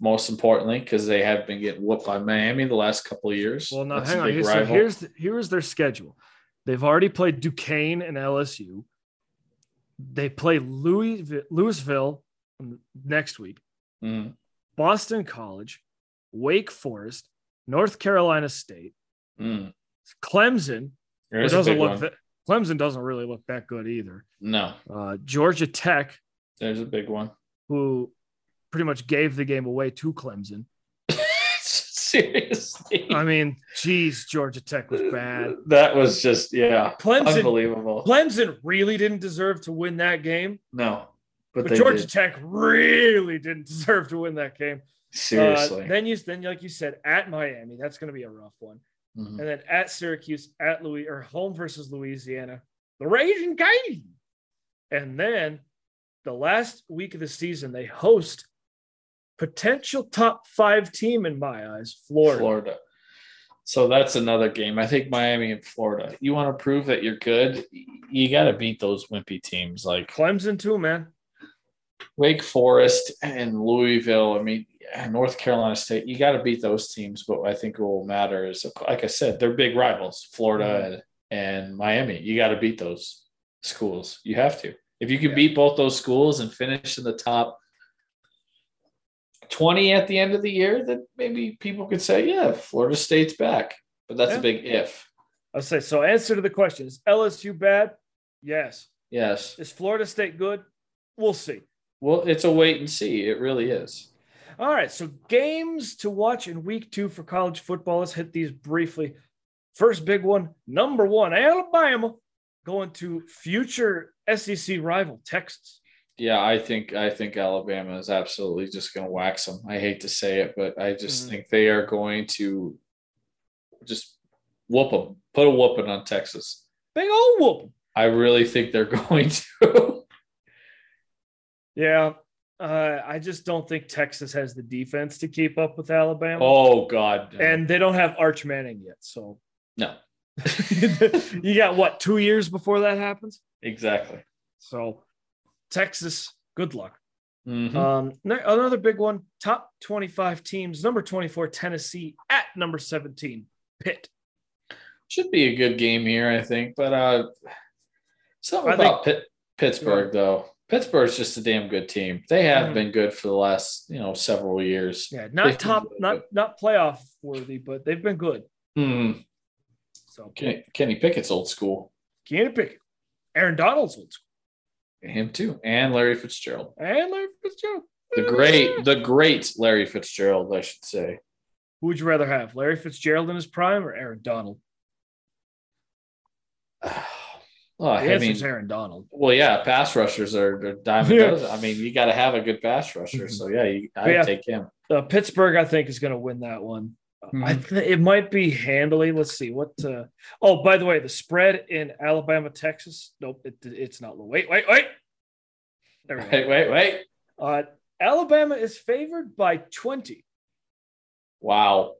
Speaker 2: most importantly, because they have been getting whooped by Miami the last couple of years.
Speaker 1: Well, now
Speaker 2: That's
Speaker 1: hang
Speaker 2: a
Speaker 1: on.
Speaker 2: big
Speaker 1: Here, so
Speaker 2: rival.
Speaker 1: here's the, here's their schedule. They've already played Duquesne and LSU. They play Louisville, Louisville next week.
Speaker 2: Mhm.
Speaker 1: Boston College, Wake Forest, North Carolina State,
Speaker 2: Mm.
Speaker 1: Clemson,
Speaker 2: There's
Speaker 1: it
Speaker 2: a
Speaker 1: doesn't
Speaker 2: big
Speaker 1: look
Speaker 2: one.
Speaker 1: that, Clemson doesn't really look that good either.
Speaker 2: no,
Speaker 1: Uh, Georgia Tech,
Speaker 2: there's a big one. [LAUGHS]
Speaker 1: who pretty much gave the game away to Clemson.
Speaker 2: Seriously,
Speaker 1: [LAUGHS]
Speaker 2: [LAUGHS]
Speaker 1: I mean, geez, Georgia Tech was bad.
Speaker 2: that was just yeah,
Speaker 1: Clemson,
Speaker 2: unbelievable.
Speaker 1: Clemson really didn't deserve to win that game,
Speaker 2: No, but,
Speaker 1: but,
Speaker 2: they
Speaker 1: Georgia
Speaker 2: did.
Speaker 1: Tech really didn't [LAUGHS] deserve to win that game. Uh,
Speaker 2: seriously.
Speaker 1: then you then like you said at Miami, that's going to be a rough one,
Speaker 2: Mhm.
Speaker 1: and then at Syracuse, at Louis or home versus Louisiana, the Raging Cajun, and then the last week of the season they host potential top five team in my eyes, Florida.
Speaker 2: Florida. So that's another game. I think Miami and Florida. You want to prove that you're good, you got to beat those wimpy teams like
Speaker 1: Clemson too, man.
Speaker 2: Wake Forest and Louisville. I mean, North Carolina State, you got to beat those teams. But I think what will matter is, like I said, they're big rivals, Florida and, and Miami. You got to beat those schools. You have to. If you can
Speaker 3: Yeah.
Speaker 2: beat both those schools and finish in the top 20 at the end of the year, then maybe people could say, yeah, Florida State's back. But that's
Speaker 1: Yeah.
Speaker 2: a big if.
Speaker 1: I'll say so. Answer to the question is LSU bad? Yes.
Speaker 2: Yes.
Speaker 1: Is Florida State good? We'll see.
Speaker 2: Well, it's a wait and see. It really is.
Speaker 1: All right. So, games to watch in week two for college football. Let's hit these briefly. First big one, number one, Alabama going to future SEC rival Texas.
Speaker 2: Yeah, I think I think Alabama is absolutely just going to wax them. I hate to say it, but I just
Speaker 1: Mhm.
Speaker 2: think they are going to just whoop them, put a whooping on Texas.
Speaker 1: Big old whoop.
Speaker 2: I really think they're [LAUGHS] going to.
Speaker 1: Yeah. Uh, I just don't think Texas has the defense to keep up with Alabama.
Speaker 2: oh God!
Speaker 1: And they don't have Arch Manning yet. So,
Speaker 2: no,
Speaker 1: [LAUGHS] you got what, two years before that happens?
Speaker 2: exactly.
Speaker 1: So, Texas, good luck.
Speaker 2: Mhm.
Speaker 1: Um, ne- another big one top 25 teams, number 24, Tennessee at number 17, Pitt.
Speaker 2: Should be a good game here, I think. But uh, something
Speaker 1: I
Speaker 2: about Pitt, Pittsburgh though. Pittsburgh's just a damn good team. They have
Speaker 1: Mhm.
Speaker 2: been good for the last you know several years.
Speaker 1: Yeah,
Speaker 2: They've
Speaker 1: not
Speaker 2: been
Speaker 1: top,
Speaker 2: really
Speaker 1: not not playoff worthy, but they've been good.
Speaker 2: Mhm.
Speaker 1: So
Speaker 2: Kenny, Kenny Pickett's old school.
Speaker 1: can't pick it. Aaron Donald's old school
Speaker 2: Him too, and Larry Fitzgerald.
Speaker 1: and Larry Fitzgerald.
Speaker 2: The great, the great Larry Fitzgerald, I
Speaker 1: [SIGHS]
Speaker 2: should say.
Speaker 1: Who would you rather have, Larry Fitzgerald in his prime or Aaron Donald?
Speaker 2: Well,
Speaker 1: The
Speaker 2: Oh, I
Speaker 1: answer's
Speaker 2: mean,
Speaker 1: Aaron Donald.
Speaker 2: well, yeah, pass rushers are, are diamond.
Speaker 1: Yeah. Mm-hmm.
Speaker 2: dozen. I mean, you got to have a good pass rusher. So yeah, you, I
Speaker 1: Yeah.
Speaker 2: would take him.
Speaker 1: Uh, Pittsburgh, I think, is going to win that one. I
Speaker 2: Mhm.
Speaker 1: th- it might be handily. Let's see what. Uh, oh, by the way, the spread in Alabama, Texas. Nope, it, it's not. Wait, wait, wait. There we go.
Speaker 2: Wait, wait, wait!
Speaker 1: Uh, Alabama is favored by 20.
Speaker 2: Wow,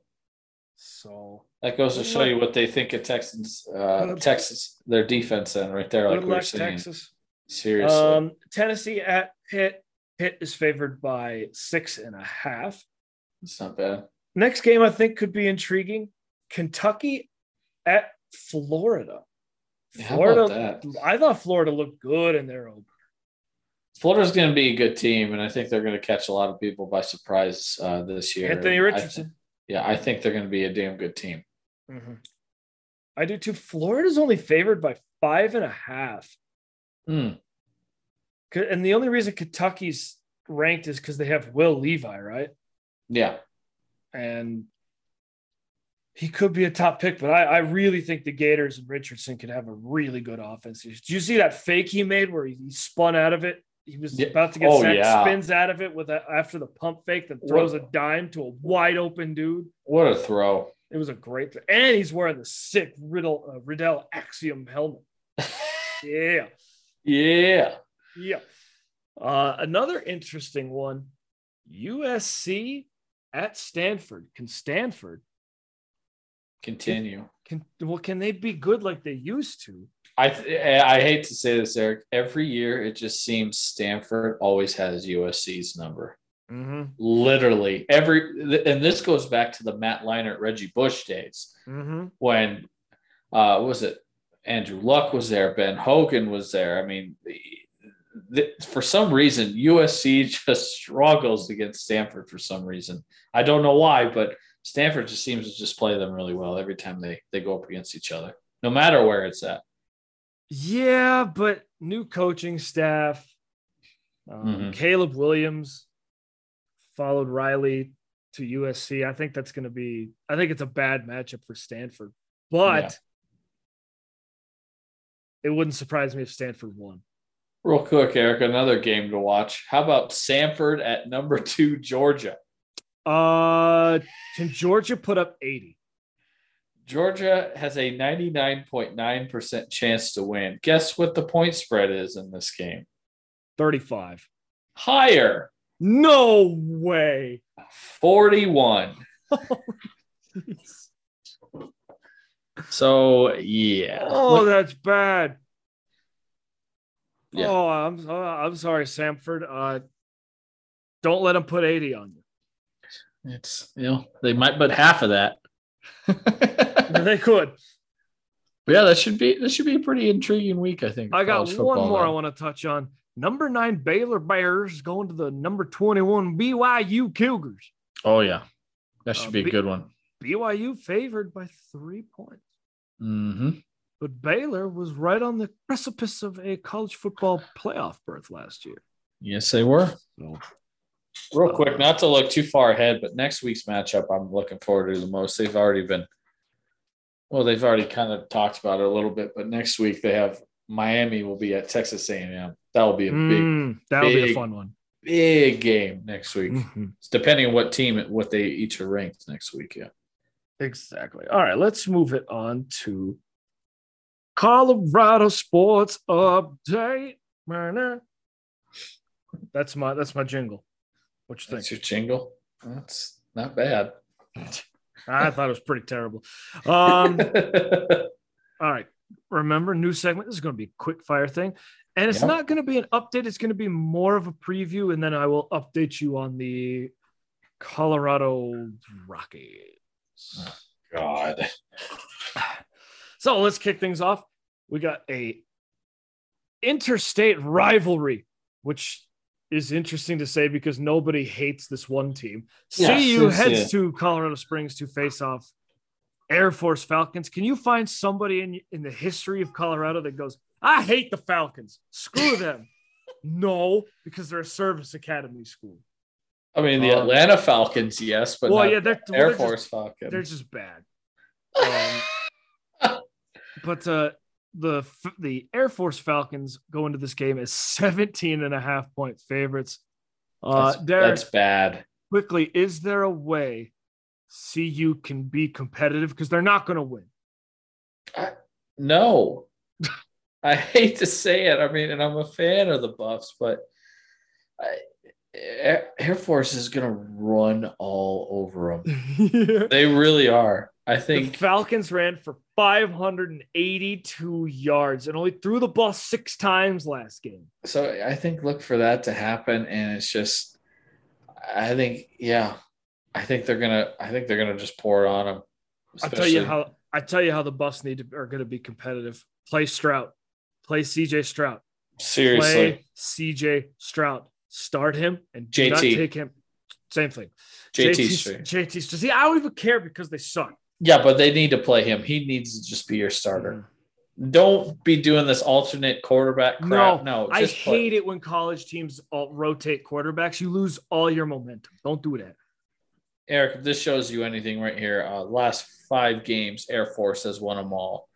Speaker 1: So
Speaker 2: that goes to
Speaker 1: Good
Speaker 2: show
Speaker 1: luck.
Speaker 2: you what they think of Texans, uh,
Speaker 1: Good-
Speaker 2: Texas, their defense, and right there, like
Speaker 1: good
Speaker 2: we were
Speaker 1: luck,
Speaker 2: saying.
Speaker 1: Texas.
Speaker 2: Seriously,
Speaker 1: Um, Tennessee at Pitt. Pitt is favored by six and a half.
Speaker 2: it's not bad.
Speaker 1: Next game I think could be intriguing. Kentucky at Florida.
Speaker 2: Yeah, how about
Speaker 1: Florida.
Speaker 2: that?
Speaker 1: I thought Florida looked good in their open.
Speaker 2: Florida's going to be a good team, and I think they're going to catch a lot of people by surprise uh, this year.
Speaker 1: Anthony
Speaker 2: I th-
Speaker 1: Richardson.
Speaker 2: yeah, I think they're going to be a damn good team.
Speaker 1: Mhm. I do too. Florida's only favored by five and a half.
Speaker 2: Hmm.
Speaker 1: K- And the only reason Kentucky's ranked is because they have Will Levi, right?
Speaker 2: Yeah,
Speaker 1: and he could be a top pick, but I, I really think the Gators and Richardson could have a really good offense. Did you see that fake he made where he, he spun out of it? He was
Speaker 2: Yeah.
Speaker 1: about to get
Speaker 2: Oh,
Speaker 1: sacked,
Speaker 2: yeah.
Speaker 1: spins out of it with a, after the pump fake, then throws a dime to a wide open dude.
Speaker 2: what a throw!
Speaker 1: It was a great, and he's wearing the sick Riddle uh, Riddell Axiom [LAUGHS] helmet. Yeah.
Speaker 2: yeah,
Speaker 1: Yeah. Uh, another interesting one USC at Stanford. Can Stanford,
Speaker 2: continue.
Speaker 1: can, well, can they be good like they used to?
Speaker 2: I th- eh, I hate to say this, Eric. Every year, it just seems Stanford always has USC's number.
Speaker 1: Mm-hmm.
Speaker 2: Literally every, and this goes back to the Matt Leinart, Reggie Bush days
Speaker 1: Mm-hmm.
Speaker 2: when, uh, what was it Andrew Luck was there, Ben Hogan was there. I mean, th- for some reason, USC [LAUGHS] just struggles against Stanford for some reason. I don't know why, but Stanford just seems to just play them really well every time they they go up against each other, no matter where it's at.
Speaker 1: Yeah, but new coaching staff. Um,
Speaker 2: Mhm.
Speaker 1: Caleb Williams followed Riley to USC. I think that's going to be. I think it's a bad matchup for Stanford, but it wouldn't surprise me if Stanford won.
Speaker 2: Real quick, Eric, another game to watch. How about Sanford at number two, Georgia?
Speaker 1: Uh, can Georgia put up eighty?
Speaker 2: Georgia has a 99.9% chance to win. Guess what the point spread is in this game?
Speaker 1: 35.
Speaker 2: Higher,
Speaker 1: No way.
Speaker 2: 41. So, yeah.
Speaker 1: Oh, that's bad.
Speaker 2: Yeah.
Speaker 1: Oh, I'm uh, I'm sorry, Samford. Uh, don't let them put eighty on you.
Speaker 2: It's you know they might but half of that. [LAUGHS] but
Speaker 1: they could.
Speaker 2: yeah, that should be that should be a pretty intriguing week. I think.
Speaker 1: I got
Speaker 2: college
Speaker 1: one
Speaker 2: football,
Speaker 1: more I
Speaker 2: though.
Speaker 1: want to touch on. Number nine Baylor Bears going to the number 21 BYU Cougars.
Speaker 2: Oh yeah, that should
Speaker 1: Uh,
Speaker 2: be a
Speaker 1: be-
Speaker 2: good one.
Speaker 1: BYU favored by three points.
Speaker 2: hmm
Speaker 1: But Baylor was right on the precipice of a college football playoff berth last year.
Speaker 2: Yes, they were.
Speaker 1: So
Speaker 2: Real quick, not to look too far ahead, but next week's matchup I'm looking forward to the most. They've already been, well, they've already kind of talked about it a little bit, but next week they have Miami will be at Texas A&M. That will be a big,
Speaker 1: Mm, that'll be a
Speaker 2: big-
Speaker 1: fun one.
Speaker 2: big game next week.
Speaker 1: Mhm.
Speaker 2: It's depending on what team, what they each are ranked next week. Yeah.
Speaker 1: Exactly. All right, let's move it on to Colorado sports update. Meh-meh. That's my that's my jingle. What you think?
Speaker 2: That's your jingle. That's
Speaker 1: [LAUGHS]
Speaker 2: not bad.
Speaker 1: I thought it was pretty terrible.
Speaker 2: [LAUGHS]
Speaker 1: Um,
Speaker 2: okay.
Speaker 1: all right. Remember, new segment. This is going to be a quick fire thing. And it's
Speaker 2: Yeah.
Speaker 1: not going to be an update. It's going to be more of a preview. And then I will update you on the Colorado Rockies.
Speaker 2: God.
Speaker 1: [SIGHS] So let's kick things off. We got a interstate rivalry, which is interesting to say because nobody hates this one team.
Speaker 2: Yeah,
Speaker 1: CU
Speaker 2: it's,
Speaker 1: heads
Speaker 2: uh,
Speaker 1: to Colorado Springs to face off Air Force Falcons. Can you find somebody in in the history of Colorado that goes, "I hate the Falcons.
Speaker 2: [LAUGHS]
Speaker 1: Screw them." no, because they're a service academy school.
Speaker 2: I mean, the
Speaker 1: Um,
Speaker 2: Atlanta Falcons, yes, but
Speaker 1: well,
Speaker 2: not
Speaker 1: yeah, they're,
Speaker 2: the Air
Speaker 1: they're just-
Speaker 2: Force Falcons.
Speaker 1: they're just bad. Um, but uh, the F- the Air Force Falcons go into this game as 17 and a half point favorites. Uh,
Speaker 2: that's,
Speaker 1: Derek,
Speaker 2: that's bad.
Speaker 1: quickly, is there a way CU can be competitive? Because they're not going to
Speaker 2: [LAUGHS]
Speaker 1: win.
Speaker 2: No. [LAUGHS] I hate to say it. I mean, and I'm a fan of the Buffs, but I, Air, Air Force is going to run all over
Speaker 1: [LAUGHS]
Speaker 2: them. They really are. I
Speaker 1: The
Speaker 2: think
Speaker 1: Falcons ran for 582 yards and only threw the ball six times last game.
Speaker 2: so. I think look for that to happen, and it's just, I think, yeah, I think they're gonna, I think they're gonna just pour it on them.
Speaker 1: I tell you how I tell you how the Buffs need to are going to be competitive. Play Stroud, play CJ Stroud,
Speaker 2: seriously.
Speaker 1: play CJ Stroud. Start him and do not
Speaker 2: JT.
Speaker 1: take him. Same thing.
Speaker 2: JT's
Speaker 1: JT. JT. See, I don't even care because they suck.
Speaker 2: Yeah, but they need to play him. He needs to just be your starter. Don't be doing this alternate quarterback crap. No,
Speaker 1: I
Speaker 2: just play-
Speaker 1: hate it when college teams all rotate quarterbacks. You lose all your momentum. Don't do that.
Speaker 2: Eric, if this shows you anything right here, uh, last five games, Air Force has won them all.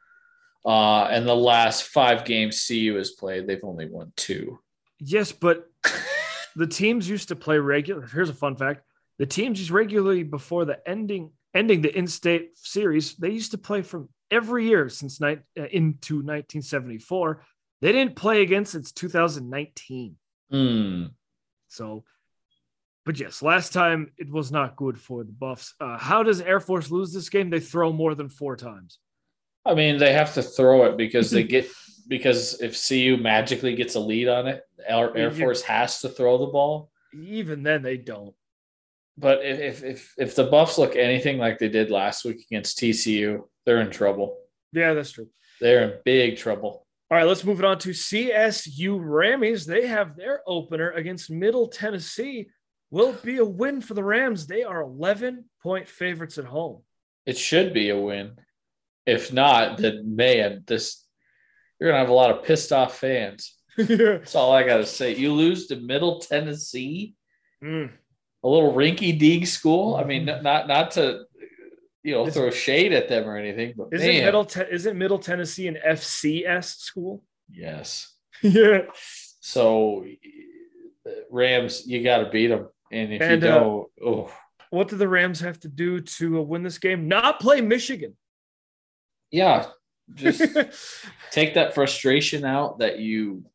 Speaker 2: Uh, and the last five games CU has played, they've only won two.
Speaker 1: Yes, but the teams used to play regular. Here's a fun fact: the teams used regularly before the ending ending the in-state series. They used to play from every year since night uh, into 1974. They didn't play again since 2019.
Speaker 2: Hmm.
Speaker 1: So, but yes, last time it was not good for the Buffs. Uh, how does Air Force lose this game? They throw more than four times.
Speaker 2: I mean, they have to throw it
Speaker 1: [LAUGHS]
Speaker 2: because they get because if CU magically gets a lead on it, Air, Air
Speaker 1: You-
Speaker 2: Force has to throw the ball.
Speaker 1: Even then, they don't.
Speaker 2: But if if if, if the Buffs look anything like they did last week against TCU, they're in trouble.
Speaker 1: Yeah, that's true.
Speaker 2: They're in big trouble.
Speaker 1: All right, let's move it on to CSU Rammies. They have their opener against Middle Tennessee. Will it be a win for the Rams? They are 11 point favorites at home. [LAUGHS]
Speaker 2: It should be a win. If not, then man, this you're gonna have a lot of pissed off fans.
Speaker 1: Mm.
Speaker 2: That's all I gotta say. You lose to Middle Tennessee, a little rinky dink school. I mean, n- not not to you know
Speaker 1: Mm-hmm. Is-
Speaker 2: throw shade at them or anything, but
Speaker 1: Isn't
Speaker 2: man,
Speaker 1: Middle Te- isn't Middle Tennessee an FCS school? [LAUGHS]
Speaker 2: yes.
Speaker 1: yeah.
Speaker 2: So Rams, you gotta beat them, and if
Speaker 1: And,
Speaker 2: you
Speaker 1: uh,
Speaker 2: don't, oh.
Speaker 1: What do the Rams have to do to uh, win this game? Not play Michigan.
Speaker 2: yeah just
Speaker 1: [LAUGHS]
Speaker 2: take that frustration out that you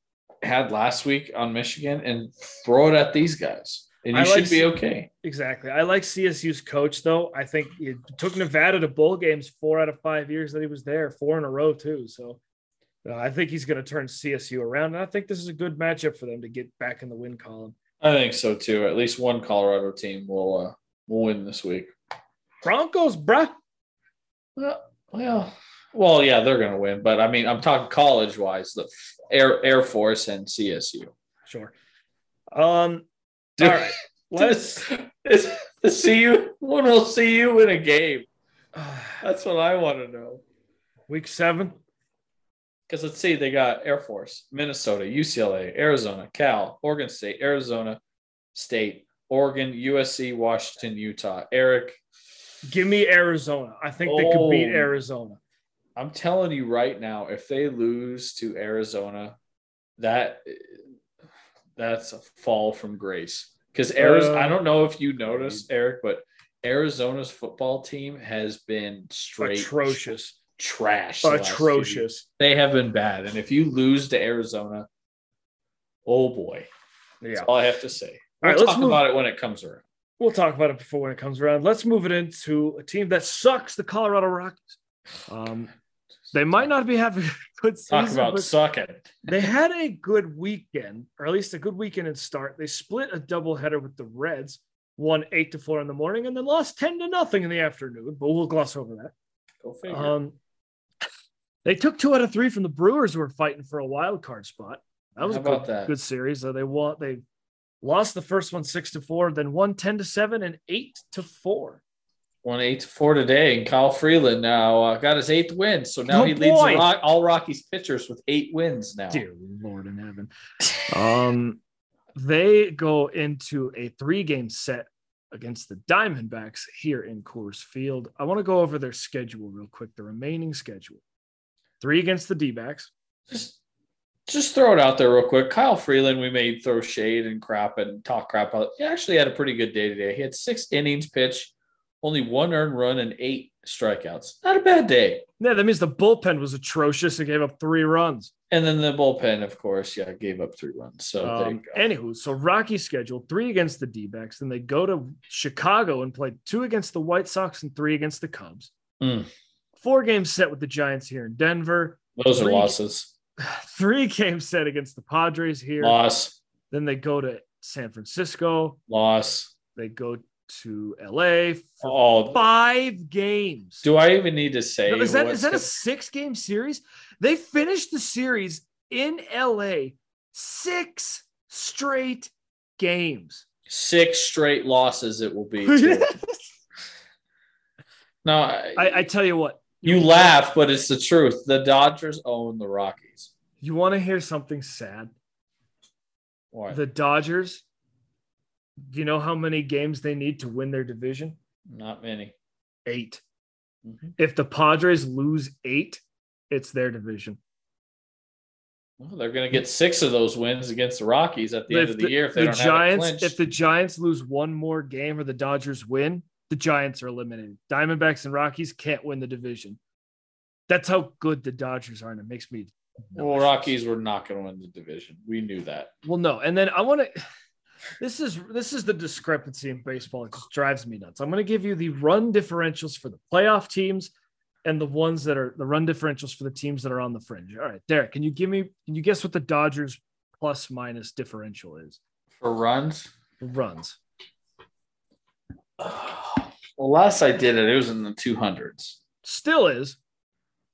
Speaker 2: had last week on michigan and throw it at these guys and you
Speaker 1: I like
Speaker 2: should be okay
Speaker 1: Exactly. I like CSU's coach though. I think it took Nevada to bowl games four out of five years that he was there, four in a row too. So uh, I think he's going to turn CSU around, and I think this is a good matchup for them to get back in the win column.
Speaker 2: i think so too at least one colorado team will uh, will win this week.
Speaker 1: Broncos, bruh.
Speaker 2: Well, well, well, yeah, they're going to win. But I mean, I'm talking college wise, the Air Air Force and CSU.
Speaker 1: Sure. Um. All right.
Speaker 2: [LAUGHS]
Speaker 1: Let's.
Speaker 2: It's, it's the CU. When will CU in a game? That's what I want to know.
Speaker 1: [SIGHS] Week seven.
Speaker 2: Because let's see, they got Air Force, Minnesota, UCLA, Arizona, Cal, Oregon State, Arizona State, Oregon, USC, Washington, Utah. Eric,
Speaker 1: Give me Arizona. I think they could beat
Speaker 2: Oh.
Speaker 1: Arizona.
Speaker 2: I'm telling you right now, if they lose to Arizona, that that's a fall from grace. Because Arizona,
Speaker 1: Uh,
Speaker 2: I don't know if you noticed, Eric, but Arizona's football team has been straight
Speaker 1: Atrocious.
Speaker 2: trash. the last few years.
Speaker 1: Atrocious.
Speaker 2: They have been bad, and if you lose to Arizona, oh boy,
Speaker 1: Yeah.
Speaker 2: that's all I have to say.
Speaker 1: All
Speaker 2: We'll
Speaker 1: right, let's
Speaker 2: talk
Speaker 1: move-
Speaker 2: about it when it comes around.
Speaker 1: We'll talk about it before when it comes around. Let's move it into a team that sucks, the Colorado Rockies. Um, they might not be having a good season.
Speaker 2: talk about
Speaker 1: but-
Speaker 2: sucking.
Speaker 1: they had a good weekend, or at least a good weekend and start. They split a doubleheader with the Reds, won eight to four in the morning, and then lost ten to nothing in the afternoon. But we'll gloss over
Speaker 2: Go
Speaker 1: that.
Speaker 2: figure.
Speaker 1: Um, they took two out of three from the Brewers, who were fighting for a wild card spot. That was
Speaker 2: How
Speaker 1: a good,
Speaker 2: about that?
Speaker 1: good series. So they won. They lost the first one six to four, then won ten to seven and eight to four.
Speaker 2: Won eight to four today, and Kyle Freeland now uh, got his eighth win. So now
Speaker 1: Oh,
Speaker 2: he leads
Speaker 1: boy.
Speaker 2: the Rock, all Rockies pitchers with eight wins now.
Speaker 1: Dear Lord in heaven. Um, they go into a three game set against the Diamondbacks here in Coors Field. I want to go over their schedule real quick, the remaining schedule. Three against the D backs.
Speaker 2: Just, just throw it out there real quick. Kyle Freeland, we may throw shade and crap and talk crap. About. He actually had a pretty good day today. He had six innings pitched, only one earned run and eight strikeouts. Not a bad day.
Speaker 1: Yeah, that means the bullpen was atrocious and gave up three runs.
Speaker 2: And then the bullpen, of course, yeah, gave up three runs. So there you
Speaker 1: Um,
Speaker 2: go.
Speaker 1: anywho, so Rocky schedule three against the D backs. Then they go to Chicago and play two against the White Sox and three against the Cubs.
Speaker 2: Mm.
Speaker 1: Four game set with the Giants here in Denver. [SIGHS]
Speaker 2: Those are
Speaker 1: three-
Speaker 2: losses.
Speaker 1: Three game set against the Padres here.
Speaker 2: Loss,
Speaker 1: Then they go to San Francisco.
Speaker 2: loss.
Speaker 1: They go to LA for
Speaker 2: Oh,
Speaker 1: five games.
Speaker 2: do I even need to say?
Speaker 1: is that is
Speaker 2: what's
Speaker 1: that a
Speaker 2: gonna-
Speaker 1: six game series? They finished the series in LA six straight games.
Speaker 2: six straight losses it will
Speaker 1: [LAUGHS]
Speaker 2: be. too. no, I,
Speaker 1: I, I tell you what,
Speaker 2: you laugh, but it's the truth. The Dodgers own the Rockies.
Speaker 1: you want to hear something sad?
Speaker 2: Why?
Speaker 1: The Dodgers, do you know how many games they need to win their division?
Speaker 2: Not many.
Speaker 1: 8
Speaker 2: Mhm.
Speaker 1: If the Padres lose eight, it's their division.
Speaker 2: Well, they're going to get six of those wins against the Rockies at the end
Speaker 1: If
Speaker 2: of the, year if they
Speaker 1: the
Speaker 2: don't
Speaker 1: Giants,
Speaker 2: have it clinched.
Speaker 1: if the Giants lose one more game or the Dodgers win, the Giants are eliminated. Diamondbacks and Rockies can't win the division. That's how good the Dodgers are, and it makes me.
Speaker 2: well, Rockies were not going to win the division. We knew that.
Speaker 1: Well, no, and then I want to. [SIGHS] This is this is the discrepancy in baseball. It just drives me nuts. I'm going to give you the run differentials for the playoff teams, and the ones that are the run differentials for the teams that are on the fringe. All right, Derek, can you give me? Can you guess what the Dodgers plus minus differential is?
Speaker 2: For runs? [SIGHS]
Speaker 1: Runs.
Speaker 2: Well, last I did it, it was in the 200s.
Speaker 1: Still is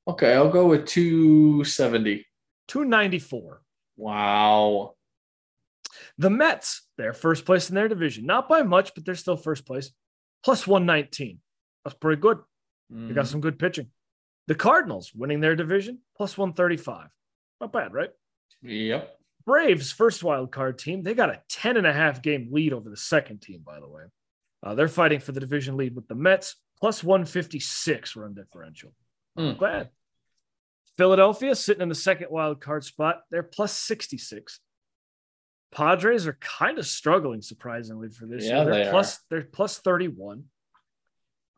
Speaker 2: Okay, I'll go with 270.
Speaker 1: 294.
Speaker 2: Wow.
Speaker 1: The Mets, they're first place in their division. Not by much, but they're still first place. Plus 119. That's pretty good. They
Speaker 2: Mm-hmm.
Speaker 1: got some good pitching. The Cardinals winning their division, plus 135. Not bad, right?
Speaker 2: Yep.
Speaker 1: Braves, first wild card team. They got a 10 and a half game lead over the second team, by the way. Uh, they're fighting for the division lead with the Mets, plus 156 run differential.
Speaker 2: Hmm.
Speaker 1: Not Bad. Philadelphia sitting in the second wild card spot. They're plus 66. Padres are kind of struggling, surprisingly, for this
Speaker 2: Yeah,
Speaker 1: year. They're
Speaker 2: they
Speaker 1: plus they're plus 31.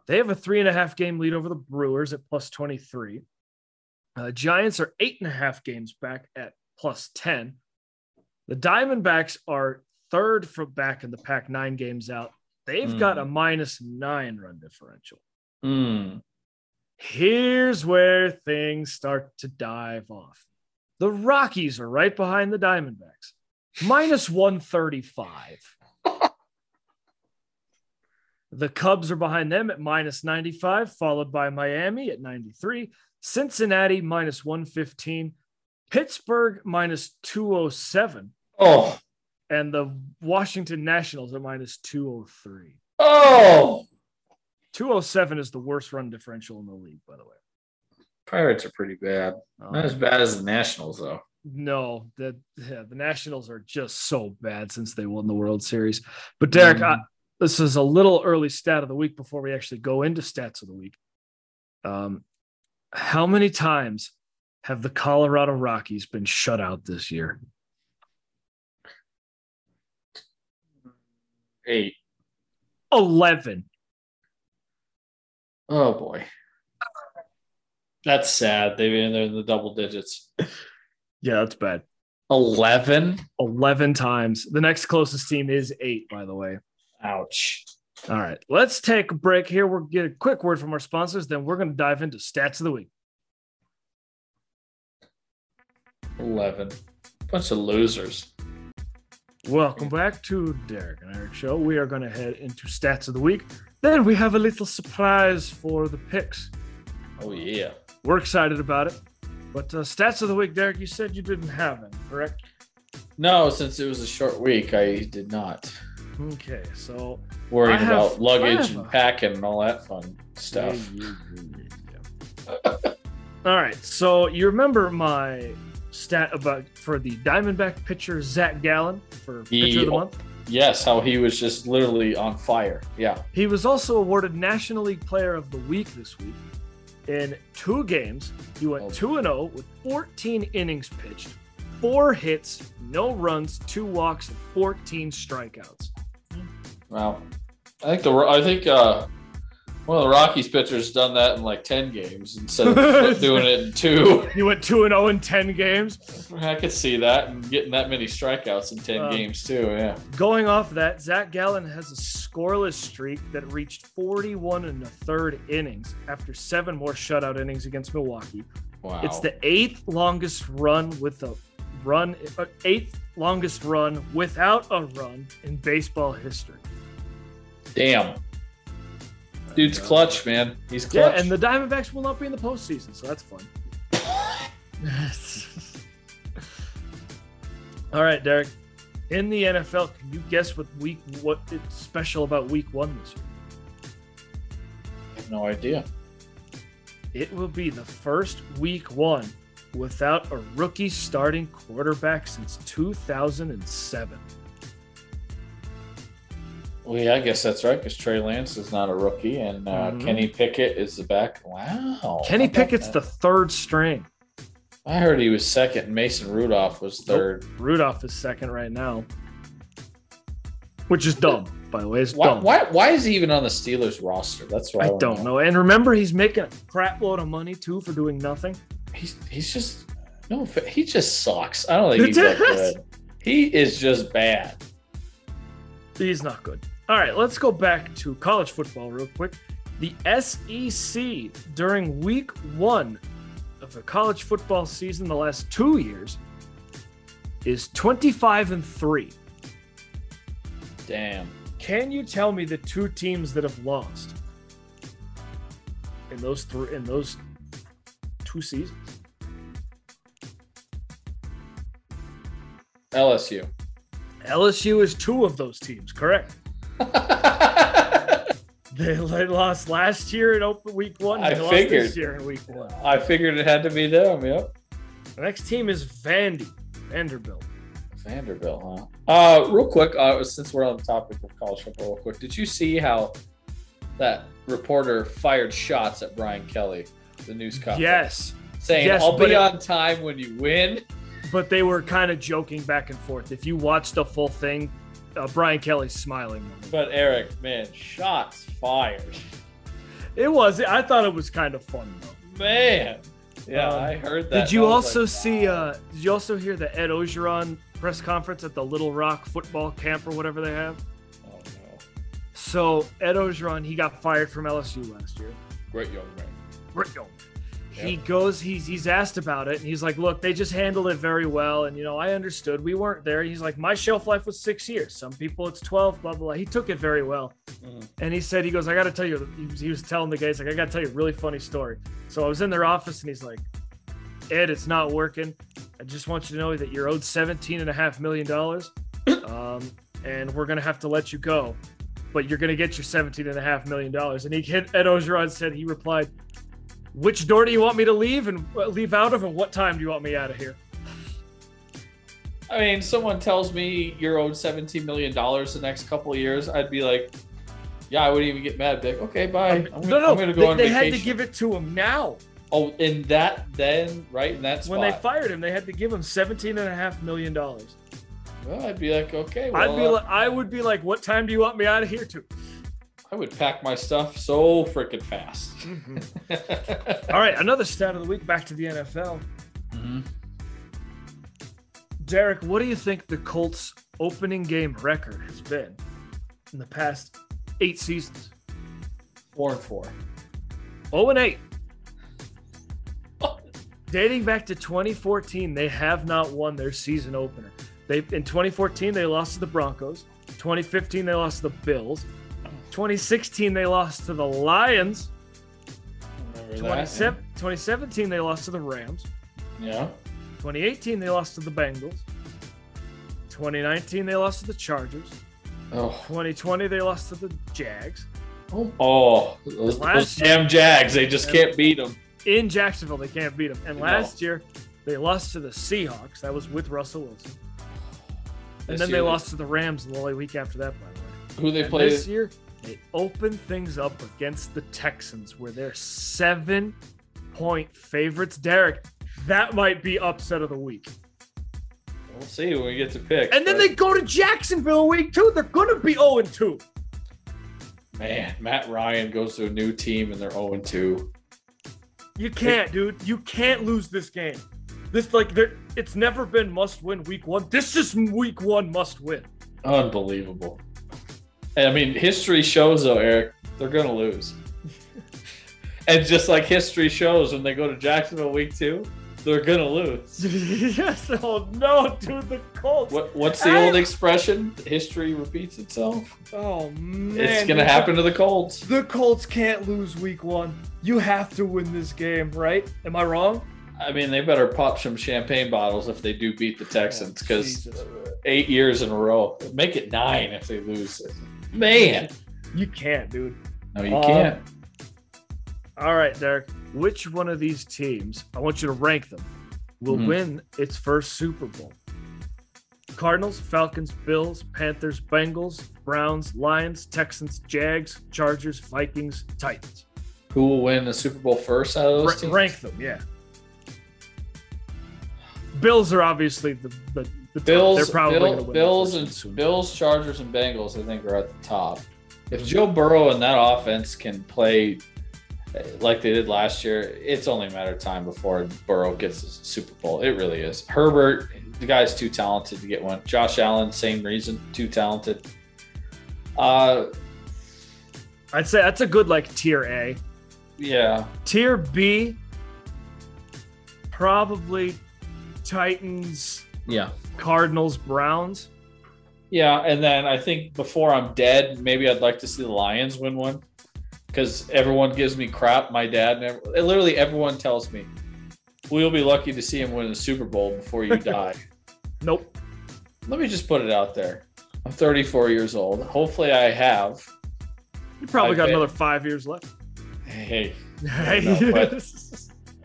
Speaker 1: They have a three and a half game lead over the Brewers at plus 23. Uh, Giants are eight and a half games back at plus 10. The Diamondbacks are third from back in the pack, nine games out. They've
Speaker 2: Hmm.
Speaker 1: got a minus nine run differential.
Speaker 2: Mm.
Speaker 1: Here's where things start to dive off. The Rockies are right behind the Diamondbacks, minus 135. The Cubs are behind them at minus 95, followed by Miami at 93, Cincinnati minus 115, Pittsburgh minus 207,
Speaker 2: Oh,
Speaker 1: and the Washington Nationals at minus 203.
Speaker 2: oh,
Speaker 1: 207 is the worst run differential in the league, by the way.
Speaker 2: Pirates are pretty bad.
Speaker 1: Um,
Speaker 2: Not as bad as the Nationals though.
Speaker 1: no, the yeah, the Nationals are just so bad since they won the World Series. But Derek, I, this is a little early stat of the week before we actually go into stats of the week. Um, how many times have the Colorado Rockies been shut out this year?
Speaker 2: Eight.
Speaker 1: Eleven.
Speaker 2: Oh boy. That's sad. They've been there in the double digits.
Speaker 1: Yeah, that's bad.
Speaker 2: Eleven.
Speaker 1: Eleven times. The next closest team is eight, by the way.
Speaker 2: Ouch.
Speaker 1: All right, let's take a break here. We'll get a quick word from our sponsors, then we're going to dive into stats of the week.
Speaker 2: Eleven. Bunch of losers.
Speaker 1: Welcome back to Derek and Eric Show. We are going to head into stats of the week. Then we have a little surprise for the picks.
Speaker 2: Oh yeah.
Speaker 1: We're excited about it. But uh, stats of the week, Derek, you said you didn't have any, correct?
Speaker 2: No, since it was a short week, I did not.
Speaker 1: Okay, so I
Speaker 2: Worried
Speaker 1: have
Speaker 2: about luggage
Speaker 1: five.
Speaker 2: and packing and all that fun stuff.
Speaker 1: Yeah, yeah, yeah, yeah. All right, so you remember my stat about for the Diamondback pitcher Zach Gallen for pitcher of the
Speaker 2: Yeah.
Speaker 1: month.
Speaker 2: Yes, how he was just literally on fire. Yeah.
Speaker 1: He was also awarded National League Player of the Week this week. In two games, he
Speaker 2: Oh.
Speaker 1: went 2 0 with 14 innings pitched, four hits, no runs, two walks, and 14 strikeouts.
Speaker 2: Wow. I think the I think uh, one of the Rockies pitchers done that in like ten games instead
Speaker 1: [LAUGHS]
Speaker 2: of doing it in two.
Speaker 1: He went 2 0 in 10 games.
Speaker 2: I could see that and getting that many strikeouts in ten
Speaker 1: Um,
Speaker 2: games too. Yeah.
Speaker 1: Going off that, Zach Gallen has a scoreless streak that reached 41 and a third innings after seven more shutout innings against Milwaukee.
Speaker 2: Wow.
Speaker 1: It's the eighth longest run with a run, uh, eighth longest run without a run in baseball history.
Speaker 2: damn dude's
Speaker 1: Uh,
Speaker 2: clutch, man. He's
Speaker 1: Yeah,
Speaker 2: clutch.
Speaker 1: and the Diamondbacks will not be in the postseason, so that's fun. [LAUGHS] All right, Derek. In the NFL, can you guess what week what it's special about week one this year?
Speaker 2: I have no idea.
Speaker 1: It will be the first week one without a rookie starting quarterback since 2007.
Speaker 2: Well, yeah, I guess that's right because Trey Lance is not a rookie, and uh,
Speaker 1: Mhm.
Speaker 2: Kenny Pickett is the back. Wow.
Speaker 1: Kenny
Speaker 2: How about
Speaker 1: Pickett's
Speaker 2: that?
Speaker 1: the third string.
Speaker 2: I heard he was second. and Mason Rudolph was third.
Speaker 1: Rudolph is second right now, which is dumb, by the way. It's
Speaker 2: Why,
Speaker 1: dumb.
Speaker 2: why, why is he even on the Steelers roster? That's what I,
Speaker 1: I
Speaker 2: wanna
Speaker 1: don't know. And remember, he's making a crap load of money too for doing nothing.
Speaker 2: He's he's just no. offe- He just sucks. I don't think he's that
Speaker 1: Yes.
Speaker 2: good. He is just bad.
Speaker 1: He's not good. All right, let's go back to college football real quick. The SEC during week one of the college football season, the last two years, is 25 and three.
Speaker 2: Damn.
Speaker 1: Can you tell me the two teams that have lost in those three in those two seasons?
Speaker 2: [LAUGHS] LSU.
Speaker 1: LSU is two of those teams, correct?
Speaker 2: I
Speaker 1: They [LAUGHS] they lost last year in open week one. and
Speaker 2: I
Speaker 1: they
Speaker 2: figured.
Speaker 1: lost this year in week one.
Speaker 2: figured it had to be them. Yep.
Speaker 1: The next team is Vandy, Vanderbilt.
Speaker 2: Vanderbilt, huh? Uh, real quick, uh, since we're on the topic of college football, real quick, did you see how that reporter fired shots at Brian Kelly, the news conference?
Speaker 1: Yes,
Speaker 2: Saying,
Speaker 1: Yes,
Speaker 2: "I'll
Speaker 1: but
Speaker 2: be
Speaker 1: it-
Speaker 2: on time when you win."
Speaker 1: but they were kind of joking back and forth. If you watch the full thing, uh, Brian Kelly's smiling.
Speaker 2: But Eric, man, shots fired.
Speaker 1: It was. I thought it was kind of fun though.
Speaker 2: Man. Yeah,
Speaker 1: Um,
Speaker 2: I heard that.
Speaker 1: Did you
Speaker 2: and I was
Speaker 1: also
Speaker 2: like,
Speaker 1: see?
Speaker 2: wow.
Speaker 1: Uh, did you also hear the Ed Ogeron press conference at the Little Rock football camp or whatever they have?
Speaker 2: Oh, no.
Speaker 1: So Ed Ogeron, he got fired from LSU last year.
Speaker 2: Great young man.
Speaker 1: Real. He goes, he's he's asked about it, and he's like, "Look, they just handled it very well, and you know, I understood. We weren't there." He's like, "My shelf life was six years. Some people it's twelve. Blah blah." blah. He took it very well.
Speaker 2: Mm-hmm.
Speaker 1: and he said he goes i gotta tell you he was, he was telling the guys like i gotta tell you a really funny story so i was in their office and he's like ed it's not working i just want you to know that you're owed 17 and a half million dollars um, and we're gonna have to let you go but you're gonna get your 17 and a half million dollars and he hit ed ogeron said he replied which door do you want me to leave and uh, leave out of and what time do you want me out of here
Speaker 2: I mean, someone tells me you're owed seventeen million dollars the next couple of years, I'd be like, yeah, I wouldn't even get mad. I'd be like, okay, bye. I'm gonna,
Speaker 1: no no
Speaker 2: I'm gonna go
Speaker 1: they,
Speaker 2: on
Speaker 1: they
Speaker 2: vacation.
Speaker 1: had to give it to him now
Speaker 2: oh, in that then, right in that spot.
Speaker 1: when they fired him they had to give him 17 and a half million dollars
Speaker 2: well, I'd be like, okay, well,
Speaker 1: I'd be
Speaker 2: uh,
Speaker 1: like, I would be like, what time do you want me out of here to?
Speaker 2: I would pack my stuff so freaking fast. [LAUGHS]
Speaker 1: All right, another stat of the week. Back to the NFL.
Speaker 2: Mm-hmm.
Speaker 1: Derek, what do you think the Colts' opening game record has been in the past eight seasons?
Speaker 2: Four and four.
Speaker 1: Oh and eight. Dating back to 2014, they have not won their season opener. They in 2014 they lost to the Broncos. 2015 they lost to the Bills. 2016 they lost to the Lions.
Speaker 2: [LAUGHS] Remember that?
Speaker 1: 27 2017 they lost to the Rams.
Speaker 2: Yeah.
Speaker 1: 2018 they lost to the Bengals. 2019 they lost to the Chargers.
Speaker 2: Oh,
Speaker 1: 2020 they lost to the Jags.
Speaker 2: oh, those, those
Speaker 1: Last-
Speaker 2: damn Jags! They just can't beat them.
Speaker 1: In Jacksonville they can't beat them. And
Speaker 2: No.
Speaker 1: last year they lost to the Seahawks. That was with Russell Wilson. And
Speaker 2: This
Speaker 1: then they
Speaker 2: year,
Speaker 1: lost to the Rams the only week after that, by the way.
Speaker 2: Who they
Speaker 1: And
Speaker 2: played?
Speaker 1: this year they opened things up against the Texans where they're 7 point favorites. Derek, that might be upset of the week.
Speaker 2: We'll see when we get to pick.
Speaker 1: And then they go to Jacksonville week 2. They're going to be 0 and 2.
Speaker 2: they, man, Matt Ryan goes to a new team and they're zero and two.
Speaker 1: You can't, dude. You can't lose this game. This like there, it's never been must win week one. This is week one must [LAUGHS] win.
Speaker 2: Unbelievable. And, I mean, history shows though, Eric, they're
Speaker 1: [LAUGHS]
Speaker 2: gonna lose. and just like history shows, when they go to Jacksonville week two, they're
Speaker 1: [LAUGHS]
Speaker 2: gonna lose.
Speaker 1: yes. Oh no, dude. The Colts.
Speaker 2: What, what's the old expression? History repeats itself.
Speaker 1: Oh man.
Speaker 2: it's gonna happen to the Colts.
Speaker 1: The Colts can't lose week one. You have to win this game, right? Am I wrong?
Speaker 2: I mean, they better pop some champagne bottles if they do beat the Texans, because
Speaker 1: Jesus.
Speaker 2: eight years in a row, make it nine if they lose. Man,
Speaker 1: You can't, dude.
Speaker 2: no, you
Speaker 1: Um,
Speaker 2: can't.
Speaker 1: All right, Derek. Which one of these teams, I want you to rank them, will
Speaker 2: Mhm.
Speaker 1: win its first Super Bowl? Cardinals, Falcons, Bills, Panthers, Bengals, Browns, Lions, Texans, Jags, Chargers, Vikings, Titans.
Speaker 2: Who will win the Super Bowl first out of those
Speaker 1: Ra-
Speaker 2: teams?
Speaker 1: rank them,
Speaker 2: [SIGHS]
Speaker 1: yeah. Bills are obviously the, the, the top.
Speaker 2: Bills,
Speaker 1: They're probably
Speaker 2: Bill-
Speaker 1: gonna win the
Speaker 2: Bills,
Speaker 1: first
Speaker 2: and
Speaker 1: one soon.
Speaker 2: Bills, Chargers, and Bengals. I think are at the top. If Joe Burrow and that offense can play eh, like they did last year, it's only a matter of time before Burrow gets the Super Bowl. It really is. Herbert, the guy's too talented to get one. Josh Allen, same reason, too talented. Uh,
Speaker 1: I'd say that's a good like tier A.
Speaker 2: yeah,
Speaker 1: Tier B, probably Titans,
Speaker 2: yeah,
Speaker 1: Cardinals, Browns.
Speaker 2: yeah. And then I think before I'm dead, maybe I'd like to see the Lions win one because everyone gives me crap. My dad, never, eh, literally, everyone tells me. We'll be lucky to see him win the Super Bowl before you die.
Speaker 1: Nope.
Speaker 2: Let me just put it out there. I'm 34 years old. Hopefully, I have.
Speaker 1: You probably
Speaker 2: I
Speaker 1: got
Speaker 2: bet.
Speaker 1: another five years [LAUGHS] left.
Speaker 2: Hey,
Speaker 1: Hey. [LAUGHS]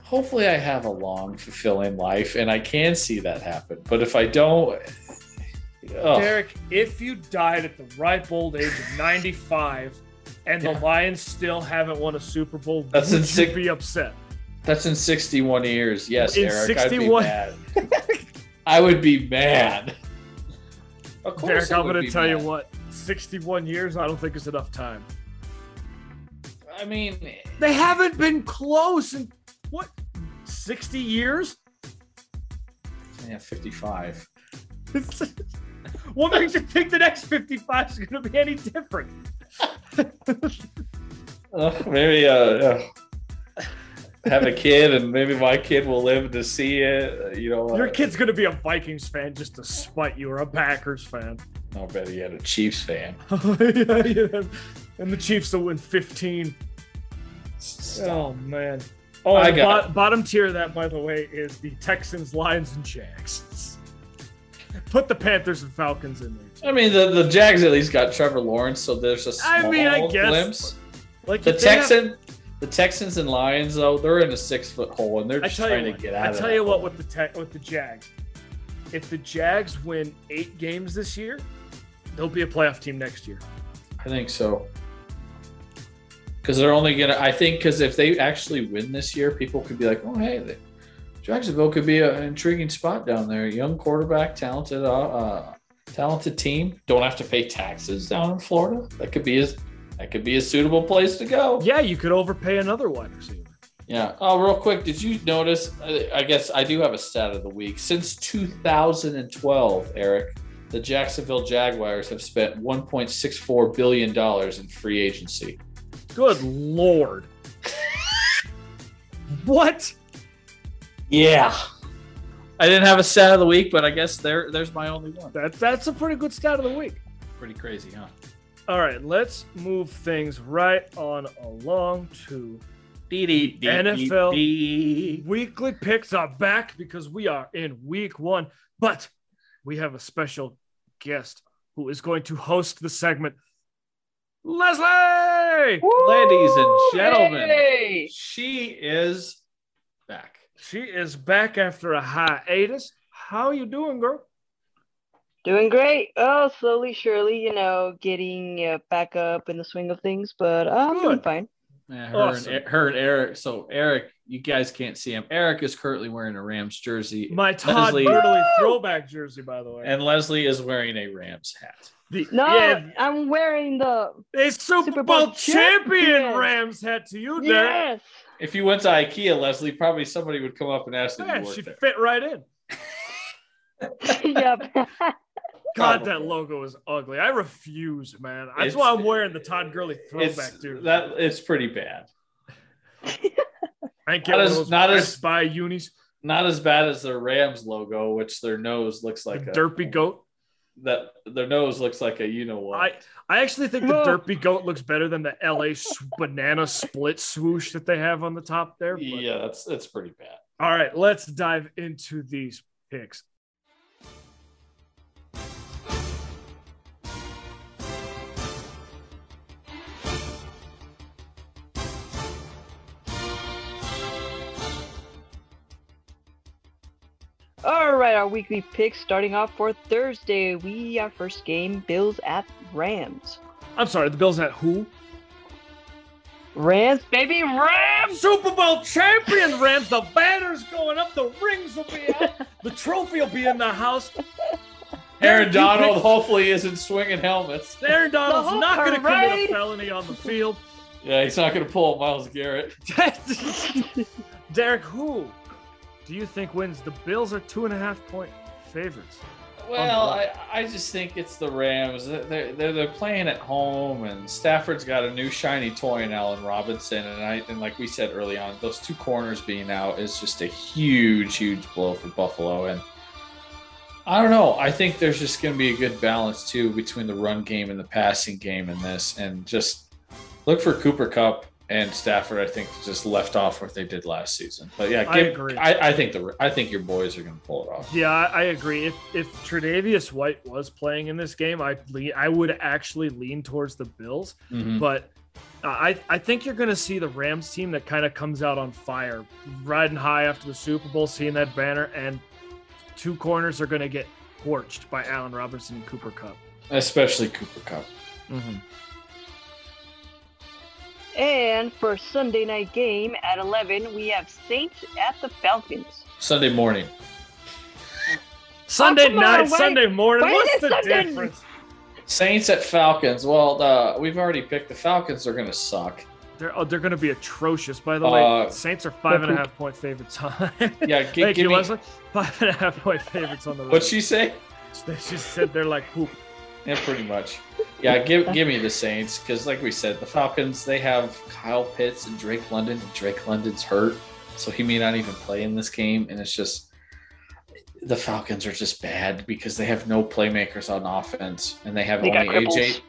Speaker 2: hopefully, I have a long, fulfilling life and I can see that happen. But if I don't, eh, ugh.
Speaker 1: Derek, if you died at the ripe old age of 95 and
Speaker 2: Yeah.
Speaker 1: the Lions still haven't won a Super Bowl,
Speaker 2: That's
Speaker 1: would
Speaker 2: in
Speaker 1: you
Speaker 2: six-
Speaker 1: be upset?
Speaker 2: that's in 61 years. Yes,
Speaker 1: In
Speaker 2: Eric.
Speaker 1: 61
Speaker 2: I'd be mad. I would be mad. Of
Speaker 1: Derek,
Speaker 2: I
Speaker 1: I'm
Speaker 2: would
Speaker 1: going
Speaker 2: be
Speaker 1: to tell you
Speaker 2: mad.
Speaker 1: what 61 years, I don't think is enough time.
Speaker 2: I mean,
Speaker 1: They haven't been close in what, 60 years?
Speaker 2: yeah, 55.
Speaker 1: [LAUGHS] what makes you think the next 55 is going to be any different?
Speaker 2: Uh, maybe uh, uh, have a kid, and maybe my kid will live to see it. uh, You know,
Speaker 1: Your
Speaker 2: uh,
Speaker 1: kid's going to be a Vikings fan just to spite you or a Packers fan. [LAUGHS]
Speaker 2: No, bet he had a Chiefs fan.
Speaker 1: Yeah, yeah. and the Chiefs will win 15.
Speaker 2: Stop.
Speaker 1: Oh man. Oh,
Speaker 2: I
Speaker 1: the
Speaker 2: got
Speaker 1: bo- bottom tier of that, by the way, is the Texans, Lions, and Jags. Put the Panthers and Falcons in there. too.
Speaker 2: I mean, the, the Jags at least got Trevor Lawrence, so there's a small
Speaker 1: I mean, I guess,
Speaker 2: glimpse.
Speaker 1: Like
Speaker 2: The
Speaker 1: if they have-
Speaker 2: Texan, the Texans and Lions though, they're in a six foot hole and they're
Speaker 1: I
Speaker 2: just
Speaker 1: tell you,
Speaker 2: trying to
Speaker 1: what,
Speaker 2: get out.
Speaker 1: I
Speaker 2: of
Speaker 1: tell
Speaker 2: that
Speaker 1: you what
Speaker 2: hole.
Speaker 1: with the te- with the Jags, if the Jags win eight games this year, they'll be a playoff team next year.
Speaker 2: I think so. Because they're only gonna. I think because if they actually win this year, people could be like, "Oh, hey, the, Jacksonville could be a- an intriguing spot down there. Young quarterback, talented, uh, uh, talented team. Don't have to pay taxes down in Florida. That could be a, that could be a suitable place to go."
Speaker 1: Yeah, you could overpay another wide receiver.
Speaker 2: Yeah. Oh, real quick, did you notice? I I guess I do have a stat of the week. Since 2012, Eric, the Jacksonville Jaguars have spent 1.64 billion dollars in free agency.
Speaker 1: Good
Speaker 2: [LAUGHS]
Speaker 1: lord. what?
Speaker 2: Yeah. I didn't have a stat of the week, but I guess there there's my only one.
Speaker 1: That that's a pretty good stat of the week.
Speaker 2: Pretty crazy, huh?
Speaker 1: All right, let's move things right on along to NFL.
Speaker 2: NFL.
Speaker 1: weekly picks are back because we are in week one, but we have a special guest who is going to host the segment. Leslie!
Speaker 2: Ladies and gentlemen.
Speaker 3: Hey!
Speaker 2: She is back.
Speaker 1: She is back after a hiatus. How you doing, girl?
Speaker 3: Doing great. Oh, slowly, surely, you know, getting uh, back up in the swing of things, but uh, I'm doing
Speaker 1: Good.
Speaker 3: fine.
Speaker 2: Yeah, her,
Speaker 1: Awesome.
Speaker 2: and, E-, her and Eric. So Eric, you guys can't see him. Eric is currently wearing a Rams jersey,
Speaker 1: My Todd
Speaker 2: Leslie.
Speaker 1: Gurley throwback jersey, by the way.
Speaker 2: and Leslie is wearing a Rams hat.
Speaker 1: the,
Speaker 3: No,
Speaker 1: yeah,
Speaker 3: I'm wearing the
Speaker 1: a Super,
Speaker 3: Super
Speaker 1: Bowl,
Speaker 3: Bowl
Speaker 1: champion
Speaker 3: champion.
Speaker 1: Rams hat to you, Derek.
Speaker 3: yes.
Speaker 2: If you went to IKEA, Leslie, probably somebody would come up and ask that
Speaker 1: Man,
Speaker 2: you
Speaker 1: she
Speaker 2: worked there.
Speaker 1: fit right in.
Speaker 3: [LAUGHS] yep.
Speaker 1: God,
Speaker 2: Probably.
Speaker 1: that logo is ugly. I refuse, man. That's
Speaker 2: It's-
Speaker 1: why I'm wearing the Todd Gurley
Speaker 2: It's,
Speaker 1: throwback, dude.
Speaker 2: that, it's pretty bad.
Speaker 1: I get
Speaker 2: Not
Speaker 1: one
Speaker 2: as-
Speaker 1: of those
Speaker 2: not
Speaker 1: Best
Speaker 2: as-
Speaker 1: Buy unis,
Speaker 2: Not as bad as their Rams logo, which their nose looks like
Speaker 1: the
Speaker 2: a
Speaker 1: derpy goat.
Speaker 2: That their nose looks like a you know what.
Speaker 1: I I actually think the
Speaker 3: Whoa.
Speaker 1: derpy goat looks better than the LA s- banana split swoosh that they have on the top there. but-
Speaker 2: yeah, that's that's pretty bad.
Speaker 1: All right, let's dive into these picks.
Speaker 3: All right, our weekly picks starting off for Thursday. We our first game Bills at Rams.
Speaker 1: I'm sorry, the Bills at who?
Speaker 3: Rams, baby, Rams. [LAUGHS]
Speaker 1: Super Bowl champion Rams. The banner's going up. The rings will be
Speaker 3: [LAUGHS]
Speaker 1: out. The trophy will be in the house.
Speaker 2: Aaron
Speaker 1: Derek, you
Speaker 2: Donald [LAUGHS]
Speaker 1: picked-
Speaker 2: hopefully isn't swinging helmets.
Speaker 1: Aaron Donald's
Speaker 3: whole
Speaker 1: not going to commit
Speaker 3: parade.
Speaker 1: a felony on the
Speaker 3: [LAUGHS]
Speaker 1: field.
Speaker 2: Yeah, he's not going to pull Miles Garrett.
Speaker 1: Derek, who do you think wins? The Bills are two and a half point favorites.
Speaker 2: Well,
Speaker 1: On the
Speaker 2: I, I just think it's the Rams. They're, they're they're playing at home, and Stafford's got a new shiny toy in Allen Robinson, and I and like we said early on, those two corners being out is just a huge, huge blow for Buffalo. And I don't know. I think there's just going to be a good balance too between the run game and the passing game in this, and just look for Cooper Cup and Stafford. I think just left off what they did last season. But yeah,
Speaker 1: I
Speaker 2: give-
Speaker 1: agree.
Speaker 2: I, I think the I think your boys are going to pull it off.
Speaker 1: Yeah, I, I agree. If if Tre'Davious White was playing in this game, I lean, I would actually lean towards the Bills.
Speaker 3: Hmm.
Speaker 2: Mhm.
Speaker 1: But uh, I I think you're going to see the Rams team that kind of comes out on fire, riding high after the Super Bowl, seeing that banner, and two corners are going to get torched by Allen Robinson and Cooper Cup.
Speaker 2: especially Cooper Cup.
Speaker 3: Mm-hmm. And for Sunday night game at 11, we have Saints at the Falcons.
Speaker 2: Sunday morning.
Speaker 1: Sunday
Speaker 3: Oh, come on,
Speaker 1: night,
Speaker 3: wait-
Speaker 1: Sunday morning.
Speaker 3: wait
Speaker 1: What's
Speaker 3: a
Speaker 1: the
Speaker 3: second.
Speaker 1: difference?
Speaker 2: Saints at Falcons. Well, uh, we've already picked the Falcons are going to suck.
Speaker 1: They're oh, they're going to be atrocious. By the way,
Speaker 2: Uh,
Speaker 1: Saints are five and a half point favorites on. [LAUGHS]
Speaker 2: Yeah, g-
Speaker 1: Thank
Speaker 2: give
Speaker 1: you,
Speaker 2: me.
Speaker 1: Leslie. Five and a half point favorites on the road.
Speaker 2: What'd she say?
Speaker 1: They just said they're like poop.
Speaker 2: Yeah, pretty much. Yeah, give give me the Saints because, like we said, the Falcons they have Kyle Pitts and Drake London, and Drake London's hurt, so he may not even play in this game. And it's just the Falcons are just bad because they have no playmakers on offense, and they have
Speaker 3: They got
Speaker 2: only AJ.
Speaker 3: cripples.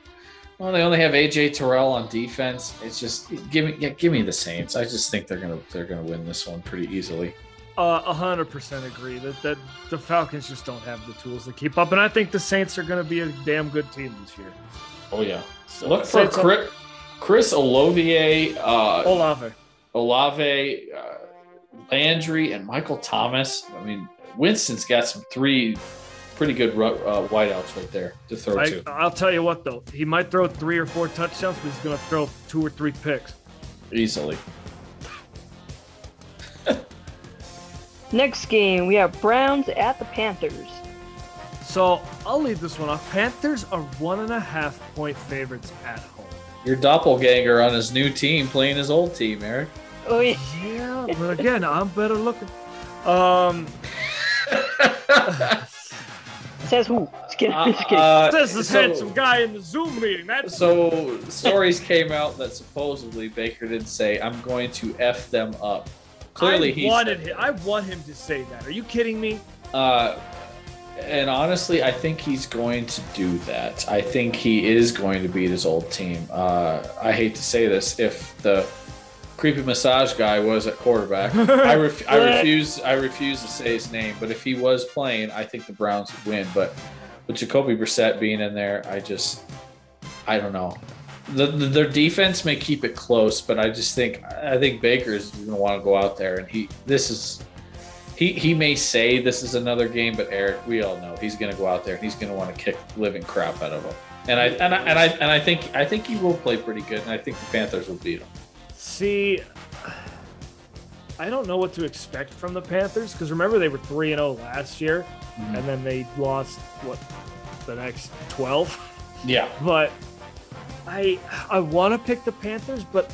Speaker 2: Well, they only have AJ Terrell on defense. It's just give me yeah, give me the Saints. I just think they're gonna they're gonna win this one pretty easily.
Speaker 1: Uh, A hundred percent agree that that the Falcons just don't have the tools to keep up, and I think the Saints are going to be a damn good team this year.
Speaker 2: Oh yeah.
Speaker 1: So
Speaker 2: Look for
Speaker 1: Saints-
Speaker 2: Chris, Chris Olodier, uh,
Speaker 1: Olave.
Speaker 2: Olave, uh, Landry, and Michael Thomas. I mean, Winston's got some three pretty good ru- uh, wideouts right there to throw
Speaker 1: I,
Speaker 2: to.
Speaker 1: I'll tell you what though, he might throw three or four touchdowns, but he's going to throw two or three picks.
Speaker 2: easily.
Speaker 3: Next game, we have Browns at the Panthers.
Speaker 1: So I'll leave this one off. Panthers are one and a half point favorites at home.
Speaker 2: Your doppelganger on his new team playing his old team, Eric.
Speaker 3: Oh, yeah.
Speaker 1: Yeah, but again, I'm better looking. Um,
Speaker 3: says who? [LAUGHS] Just kidding. Just kidding.
Speaker 2: Uh,
Speaker 1: says this
Speaker 2: so-
Speaker 1: handsome guy in the Zoom meeting. That's
Speaker 2: So stories came out that supposedly Baker did say, "I'm going to f them up." Clearly,
Speaker 1: I
Speaker 2: he
Speaker 1: wanted
Speaker 2: said
Speaker 1: him.
Speaker 2: that.
Speaker 1: I want him to say that. Are you kidding me?
Speaker 2: Uh, and honestly, I think he's going to do that. I think he is going to beat his old team. Uh, I hate to say this, if the creepy massage guy was at quarterback, I, ref- I refuse. I refuse to say his name. But if he was playing, I think the Browns would win. But with Jacoby Brissett being in there, I just, I don't know. The, the, their defense may keep it close, but I just think I think Baker is going to want to go out there, and he this is he he may say this is another game, but Eric, we all know he's going to go out there and he's going to want to kick living crap out of him. And I and I, and I and I think I think he will play pretty good, and I think the Panthers will beat him.
Speaker 1: See, I don't know what to expect from the Panthers because remember they were three and zero last year,
Speaker 2: Mhm.
Speaker 1: and then they lost what the next twelve. [LAUGHS]
Speaker 2: Yeah,
Speaker 1: But I I want to pick the Panthers, but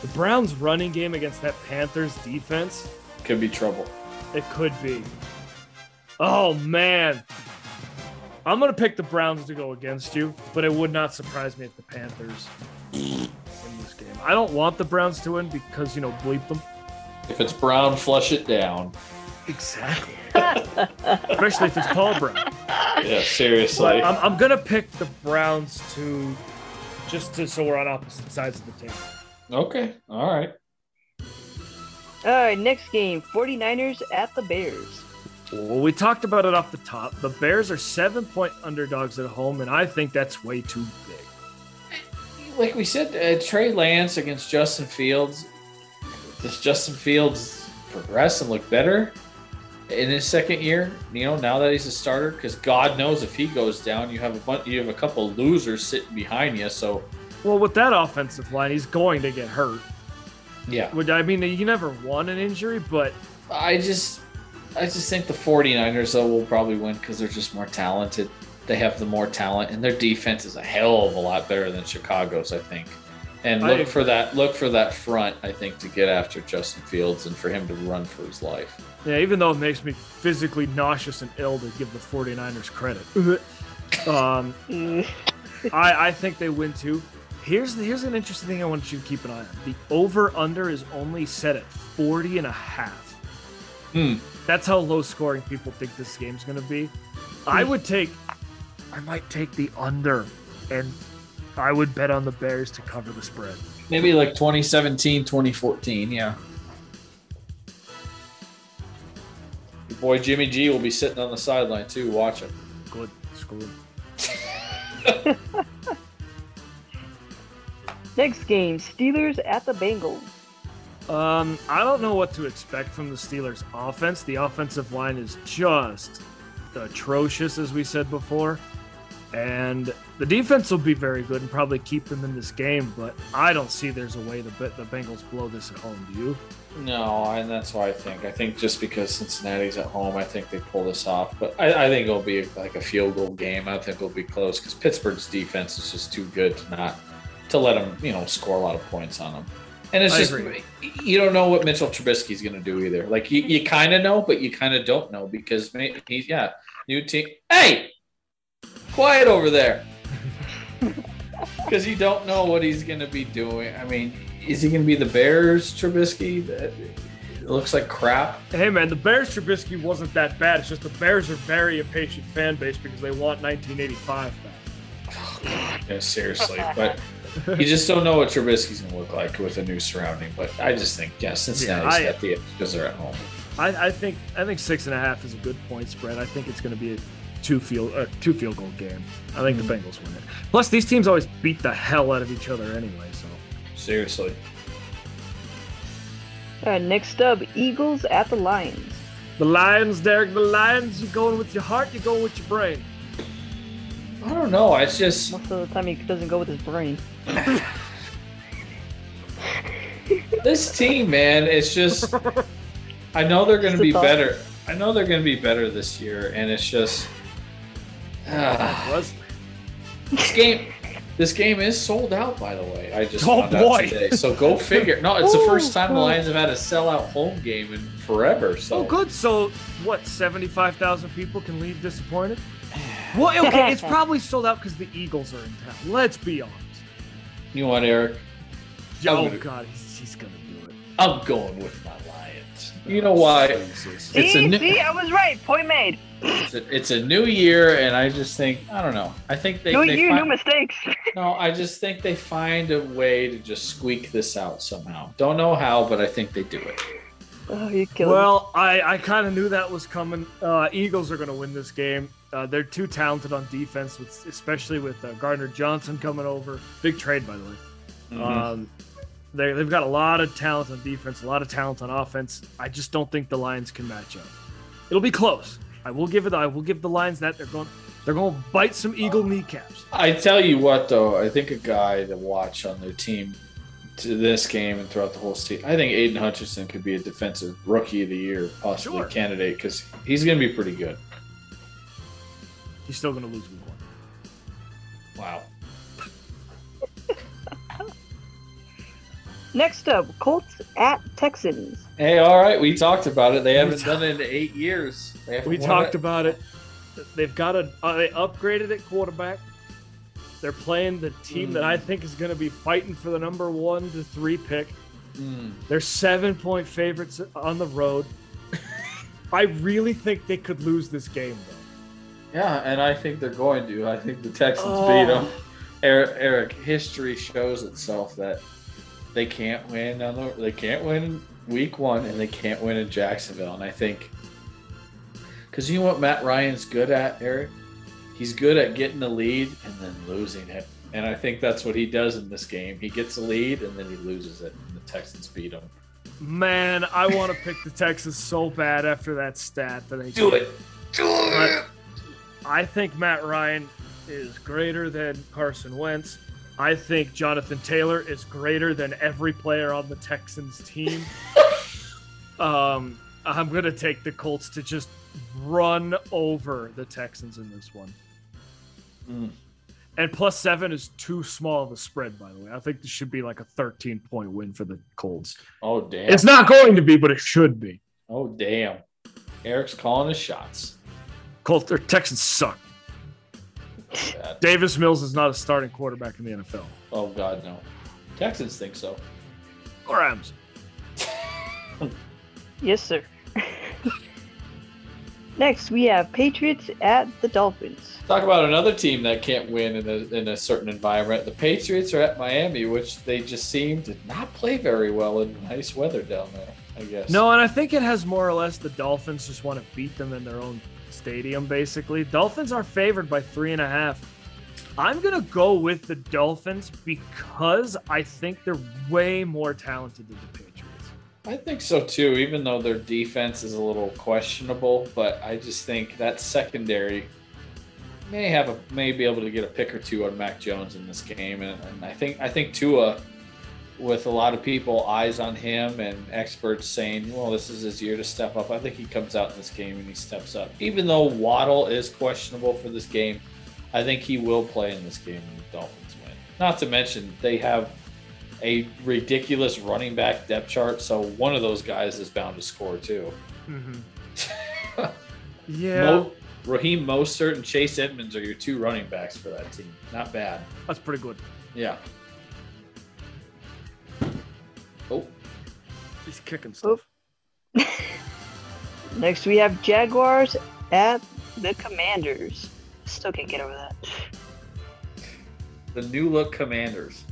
Speaker 1: the Browns' running game against that Panthers defense
Speaker 2: could be trouble.
Speaker 1: it could be. Oh man. I'm gonna pick the Browns to go against you, but it would not surprise me if the Panthers win this game. I don't want the Browns to win because you know bleep them.
Speaker 2: If it's Brown, flush it down.
Speaker 1: Exactly. Especially if it's Paul Brown.
Speaker 2: Yeah, seriously.
Speaker 1: But I'm, I'm gonna pick the Browns to just to, so we're on opposite sides of the table.
Speaker 2: Okay, all right.
Speaker 3: All right, next game 49ers at the Bears.
Speaker 1: Well, we talked about it off the top. The Bears are seven point underdogs at home, and I think that's way too big.
Speaker 2: Like we said, uh, Trey Lance against Justin Fields. Does Justin Fields progress and look better in his second year? You know, now that he's a starter, because God knows if he goes down, you have a bunch, you have a couple losers sitting behind you. So
Speaker 1: Well, with that offensive line, he's going to get hurt.
Speaker 2: yeah,
Speaker 1: Would I mean you never won an injury, but
Speaker 2: I just, I just think the 49ers though will probably win because they're just more talented. They have the more talent, and their defense is a hell of a lot better than Chicago's, I think. And
Speaker 1: I
Speaker 2: look
Speaker 1: agree.
Speaker 2: for that, look for that front, I think, to get after Justin Fields and for him to run for his life.
Speaker 1: yeah, even though it makes me physically nauseous and ill to give the 49ers credit. um,
Speaker 3: Mm,
Speaker 1: I, I think they win too. Here's the, here's an interesting thing I want you to keep an eye on. The over under is only set at 40 and a half.
Speaker 2: Hmm.
Speaker 1: That's how low scoring people think this game's going to be. I would take I might take the under and I would bet on the Bears to cover the spread.
Speaker 2: Maybe like 2017, 2014, yeah. Your boy Jimmy G will be sitting on the sideline too, watching.
Speaker 1: Good school.
Speaker 3: next game Steelers at the Bengals.
Speaker 1: Um, I don't know what to expect from the Steelers' offense. The offensive line is just atrocious, as we said before. And the defense will be very good and probably keep them in this game, but I don't see there's a way the, the Bengals blow this at home. Do you?
Speaker 2: No, and that's why I think. I think just because Cincinnati's at home, I think they pull this off. But I, I think it'll be like a field goal game. I think it'll be close because Pittsburgh's defense is just too good to not to let them, you know, score a lot of points on them. And it's
Speaker 1: I
Speaker 2: just
Speaker 1: agree.
Speaker 2: you don't know what Mitchell Trubisky's going to do either. Like you, you kind of know, but you kind of don't know because ma- he's yeah, new team. Hey, quiet over there, because you don't know what he's going to be doing. I mean, is he going to be the Bears Trubisky? That it looks like crap.
Speaker 1: Hey, man, the Bears Trubisky wasn't that bad. It's just the Bears are very impatient fan base because they want 1985 back.
Speaker 2: Oh Yeah, seriously, but you just don't know what Trubisky's gonna look like with a new surrounding. But I just think yeah, Cincinnati's
Speaker 1: I-
Speaker 2: at the edge because they're at home.
Speaker 1: I, I think I think six and a half is a good point spread. I think it's going to be a two field a two field goal game. I think
Speaker 2: Mm-hmm.
Speaker 1: the Bengals win it. Plus, these teams always beat the hell out of each other anyway. So
Speaker 2: Seriously,
Speaker 3: All right, next up, Eagles at the Lions.
Speaker 1: the Lions, Derek, the Lions. You're going with your heart. You're going with your
Speaker 2: [LAUGHS]
Speaker 1: brain.
Speaker 2: I don't know. It's just
Speaker 3: Most of the time, he doesn't go with his brain.
Speaker 2: this team, man. It's just I know they're going
Speaker 3: Just
Speaker 2: to be
Speaker 3: a thought.
Speaker 2: better. I know they're going to be better this year, and it's just ah,
Speaker 1: Was
Speaker 2: this game. This game is sold out, by the way. I just
Speaker 1: Oh,
Speaker 2: found out
Speaker 1: boy.
Speaker 2: today. So go figure. No, it's the
Speaker 1: Ooh,
Speaker 2: first time the
Speaker 1: well.
Speaker 2: Lions have had a sellout home game in forever. So
Speaker 1: oh good. So what? Seventy five thousand people can leave
Speaker 2: [SIGHS]
Speaker 1: disappointed. Well, okay, it's probably sold out because the Eagles are in town. Let's be honest.
Speaker 2: you want Eric?
Speaker 1: Oh
Speaker 2: I'm,
Speaker 1: God, he's, he's gonna do it.
Speaker 2: I'm going with my Lions. You know why?
Speaker 1: Jesus.
Speaker 2: It's a
Speaker 3: see,
Speaker 2: new-
Speaker 3: see, I was right. Point made.
Speaker 2: It's a, it's a new year, and I just think I don't know. I think they.
Speaker 3: New
Speaker 2: they
Speaker 3: year,
Speaker 2: fi-
Speaker 3: new mistakes. [LAUGHS]
Speaker 2: No, I just think they find a way to just squeak this out somehow. Don't know how, but I think they do it.
Speaker 3: Oh, you killed me.
Speaker 1: Well, I, I kind of knew that was coming. Uh, Eagles are going to win this game. Uh, they're too talented on defense, with, especially with uh, Gardner Johnson coming over. Big trade, by the way. Um, they, they've got a lot of talent on defense, a lot of talent on offense. I just don't think the Lions can match up. It'll be close. I will give it. I will give the Lions that they're going. They're going to bite some Eagle kneecaps.
Speaker 2: I tell you what, though, I think a guy to watch on their team to this game and throughout the whole state, I think Aiden Hutchinson could be a defensive rookie of the year, possibly
Speaker 1: Sure.
Speaker 2: candidate, because he's going to be pretty good.
Speaker 1: He's still going to lose week one.
Speaker 2: Wow.
Speaker 3: Next up, Colts at Texans.
Speaker 2: Hey, all right, we talked about it. They haven't
Speaker 1: ta-
Speaker 2: done it in eight years. They haven't
Speaker 1: We
Speaker 2: won
Speaker 1: talked
Speaker 2: it.
Speaker 1: about it. They've got a uh, they upgraded at quarterback. They're playing the team that I think is going to be fighting for the number one to three pick.
Speaker 2: Mm.
Speaker 1: They're seven point favorites on the road. I really think they could lose this game though.
Speaker 2: Yeah, and I think they're going to. I think the Texans
Speaker 1: Oh.
Speaker 2: beat them. Eric, Eric, history shows itself that they can't win. On the, they can't win week one, and they can't win in Jacksonville. And I think because you know what Matt Ryan's good at, Eric, he's good at getting the lead and then losing it. And I think that's what he does in this game. He gets a lead and then he loses it, and the Texans beat him.
Speaker 1: Man, I want to pick the Texans so bad after that stat that I
Speaker 2: it. Do
Speaker 1: it. I think Matt Ryan is greater than Carson Wentz. I think Jonathan Taylor is greater than every player on the Texans team. um, I'm going to take the Colts to just run over the Texans in this one.
Speaker 2: Mm.
Speaker 1: And plus seven is too small of a spread, by the way. I think this should be like a 13 point win for the Colts.
Speaker 2: Oh damn!
Speaker 1: It's not going to be, but it should be.
Speaker 2: oh damn! Eric's calling his shots.
Speaker 1: Colts or Texans suck.
Speaker 2: Bad.
Speaker 1: Davis Mills is not a starting quarterback in the NFL.
Speaker 2: Oh God, no. Texans think so.
Speaker 1: Or Rams.
Speaker 3: Yes, sir. [LAUGHS] Next, we have Patriots at the Dolphins.
Speaker 2: Talk about another team that can't win in a, in a certain environment. The Patriots are at Miami, which they just seem to not play very well in nice weather down there. I guess.
Speaker 1: No, and I think it has more or less the Dolphins just want to beat them in their own stadium, basically. Dolphins are favored by three and a half. I'm going to go with the Dolphins because I think they're way more talented than the Patriots.
Speaker 2: I think so too. Even though their defense is a little questionable, but I just think that secondary may have a may be able to get a pick or two on Mac Jones in this game, and, and I think I think Tua, with a lot of people eyes on him and experts saying, well, this is his year to step up. I think he comes out in this game and he steps up. Even though Waddle is questionable for this game, I think he will play in this game and the Dolphins win. Not to mention they have a ridiculous running back depth chart, so one of those guys is bound to score too.
Speaker 1: Mm-hmm. [LAUGHS] Yeah,
Speaker 2: Mo, Raheem Mostert and Chase Edmonds are your two running backs for that team. Not bad.
Speaker 1: that's pretty good.
Speaker 2: Yeah. Oh,
Speaker 1: He's kicking stuff.
Speaker 3: Next, we have Jaguars at the Commanders. Still can't get over that.
Speaker 2: the new look Commanders.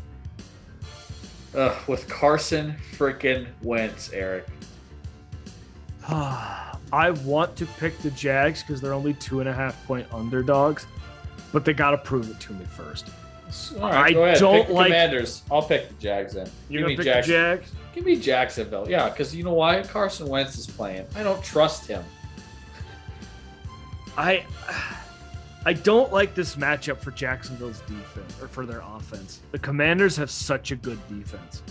Speaker 2: Ugh, with Carson freaking Wentz, Eric.
Speaker 1: [SIGHS] I want to pick the Jags because they're only two and a half point underdogs, but they got to prove it to me first.
Speaker 2: All right,
Speaker 1: I
Speaker 2: go ahead.
Speaker 1: don't
Speaker 2: pick
Speaker 1: like-
Speaker 2: Commanders. I'll pick the Jags then.
Speaker 1: You're gonna
Speaker 2: Give me
Speaker 1: pick
Speaker 2: Jackson.
Speaker 1: the Jags?
Speaker 2: Give me Jacksonville. Yeah, because you know why? Carson Wentz is playing. I don't trust him.
Speaker 1: I, I don't like this matchup for Jacksonville's defense or for their offense. The Commanders have such a good defense.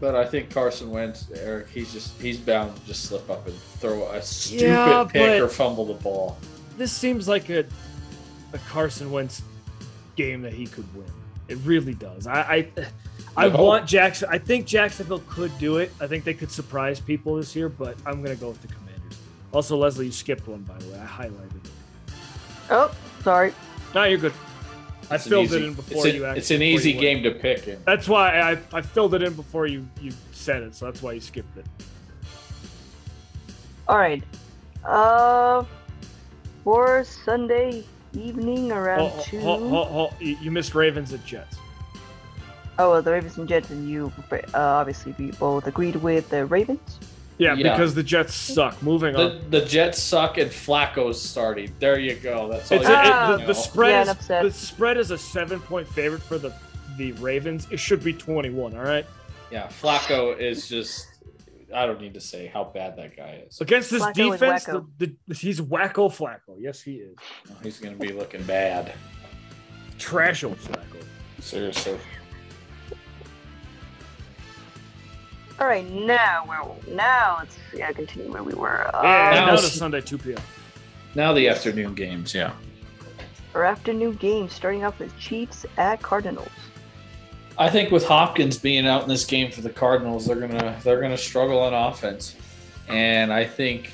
Speaker 2: But I think Carson Wentz, Eric, he's just he's bound to just slip up and throw a stupid
Speaker 1: Yeah,
Speaker 2: pick
Speaker 1: but-
Speaker 2: or fumble the ball.
Speaker 1: This seems like a, a Carson Wentz game that he could win. It really does. I, I, I
Speaker 2: No.
Speaker 1: want Jackson. I think Jacksonville could do it. I think they could surprise people this year, but I'm gonna go with the Commanders. Also, Leslie, you skipped one by the way. I highlighted it.
Speaker 3: Oh, sorry.
Speaker 1: No, you're good. I
Speaker 2: It's an
Speaker 1: filled it
Speaker 2: easy-
Speaker 1: in
Speaker 2: it's
Speaker 1: before
Speaker 2: an,
Speaker 1: you. Actually,
Speaker 2: It's an
Speaker 1: before
Speaker 2: easy
Speaker 1: you went.
Speaker 2: game to pick in.
Speaker 1: That's why I, I filled it in before you, you said it, so that's why you skipped it.
Speaker 3: All right. Uh, for Sunday evening
Speaker 1: Ho-
Speaker 3: around
Speaker 1: ho-
Speaker 3: two.
Speaker 1: ho- ho- ho- you you missed Ravens at Jets.
Speaker 3: Oh, well, the Ravens and Jets, and you uh, obviously we both agreed with the Ravens.
Speaker 1: Yeah,
Speaker 2: Yeah.
Speaker 1: because the Jets suck. Moving on.
Speaker 2: The, the Jets suck and Flacco's starting. There you go. That's all.
Speaker 1: It's
Speaker 2: you
Speaker 1: a- it-
Speaker 2: need to
Speaker 3: Ah.
Speaker 1: the,
Speaker 2: know.
Speaker 1: the spread
Speaker 3: Yeah, an
Speaker 1: is
Speaker 3: upset.
Speaker 1: the spread is a seven point favorite for the the Ravens. It should be twenty one. All right,
Speaker 2: yeah, Flacco is just. I don't need to say how bad that guy is.
Speaker 1: against this
Speaker 3: Flacco is
Speaker 1: defense, the,
Speaker 3: wacko.
Speaker 1: the, he's wacko Flacco. Yes, he is.
Speaker 2: He's gonna be looking bad.
Speaker 1: Trashel Flacco.
Speaker 2: Seriously.
Speaker 3: All right, now we're now let's yeah continue where we were. Uh,
Speaker 1: Yeah,
Speaker 2: now
Speaker 1: now to
Speaker 2: it's-
Speaker 1: Sunday two p.m.
Speaker 2: Now the afternoon games. Yeah.
Speaker 3: Our afternoon game starting off with Chiefs at Cardinals.
Speaker 2: I think with Hopkins being out in this game for the Cardinals, they're gonna they're gonna struggle on offense, and I think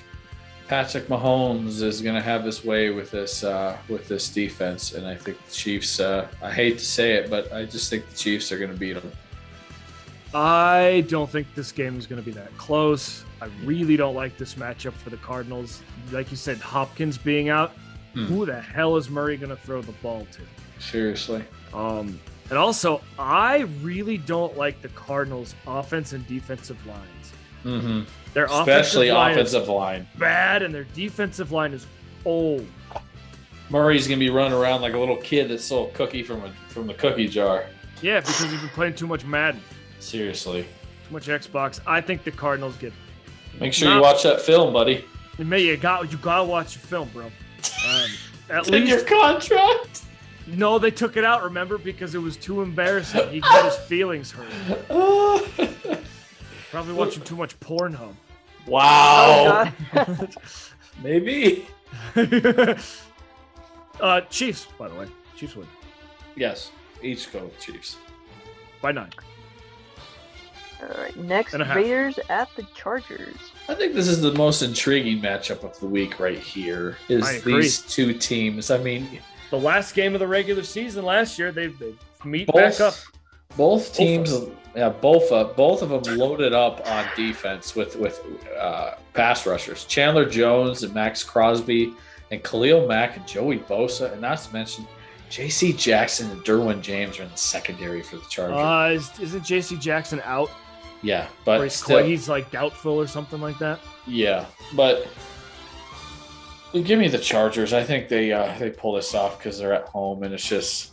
Speaker 2: Patrick Mahomes is gonna have his way with this uh, with this defense, and I think the Chiefs. Uh, I hate to say it, but I just think the Chiefs are gonna beat them.
Speaker 1: I don't think this game is going to be that close. I really don't like this matchup for the Cardinals. Like you said, Hopkins being out,
Speaker 2: Hmm.
Speaker 1: who the hell is Murray going to throw the ball to?
Speaker 2: Seriously,
Speaker 1: Um, and also, I really don't like the Cardinals' offense and defensive lines.
Speaker 2: mm-hmm.
Speaker 1: Their offensive
Speaker 2: especially
Speaker 1: line
Speaker 2: offensive line.
Speaker 1: is bad, and their defensive line is old.
Speaker 2: Murray's gonna be running around like a little kid that stole a cookie from a from the cookie jar.
Speaker 1: Yeah, because he's been playing too much Madden,
Speaker 2: Seriously,
Speaker 1: too much Xbox. I think the Cardinals get
Speaker 2: make sure you
Speaker 1: Nah.
Speaker 2: watch that film, buddy.
Speaker 1: May you got you gotta watch the film, bro. Um,
Speaker 2: [LAUGHS]
Speaker 1: at
Speaker 2: It's in
Speaker 1: least
Speaker 2: your [LAUGHS] contract.
Speaker 1: No, they took it out, remember, because it was too embarrassing. He got his feelings hurt. Probably watching too much Pornhub.
Speaker 2: wow.
Speaker 1: Oh.
Speaker 3: Oh, God.
Speaker 2: Maybe.
Speaker 1: [LAUGHS] uh, Chiefs, by the way. Chiefs win
Speaker 2: Yes. Each go with Chiefs.
Speaker 1: by nine.
Speaker 3: All right, next
Speaker 1: And a half.
Speaker 3: Raiders at the Chargers.
Speaker 2: I think this is the most intriguing matchup of the week right here.
Speaker 1: I
Speaker 2: Is
Speaker 1: agree.
Speaker 2: these two teams. I mean
Speaker 1: The last game of the regular season last year, they, they meet
Speaker 2: both
Speaker 1: back up.
Speaker 2: both
Speaker 1: Both of
Speaker 2: teams
Speaker 1: us.
Speaker 2: yeah, both up both of them loaded up on defense with with uh, pass rushers. Chandler Jones and Max Crosby and Khalil Mack and Joey Bosa and not to mention JC Jackson and Derwin James are in the secondary for the Chargers.
Speaker 1: Uh, is, isn't JC Jackson out?
Speaker 2: yeah,
Speaker 1: Or
Speaker 2: but
Speaker 1: he's,
Speaker 2: still,
Speaker 1: he's like doubtful or something like that?
Speaker 2: Yeah, but give me the Chargers. I think they uh, they pull this off because they're at home, and it's just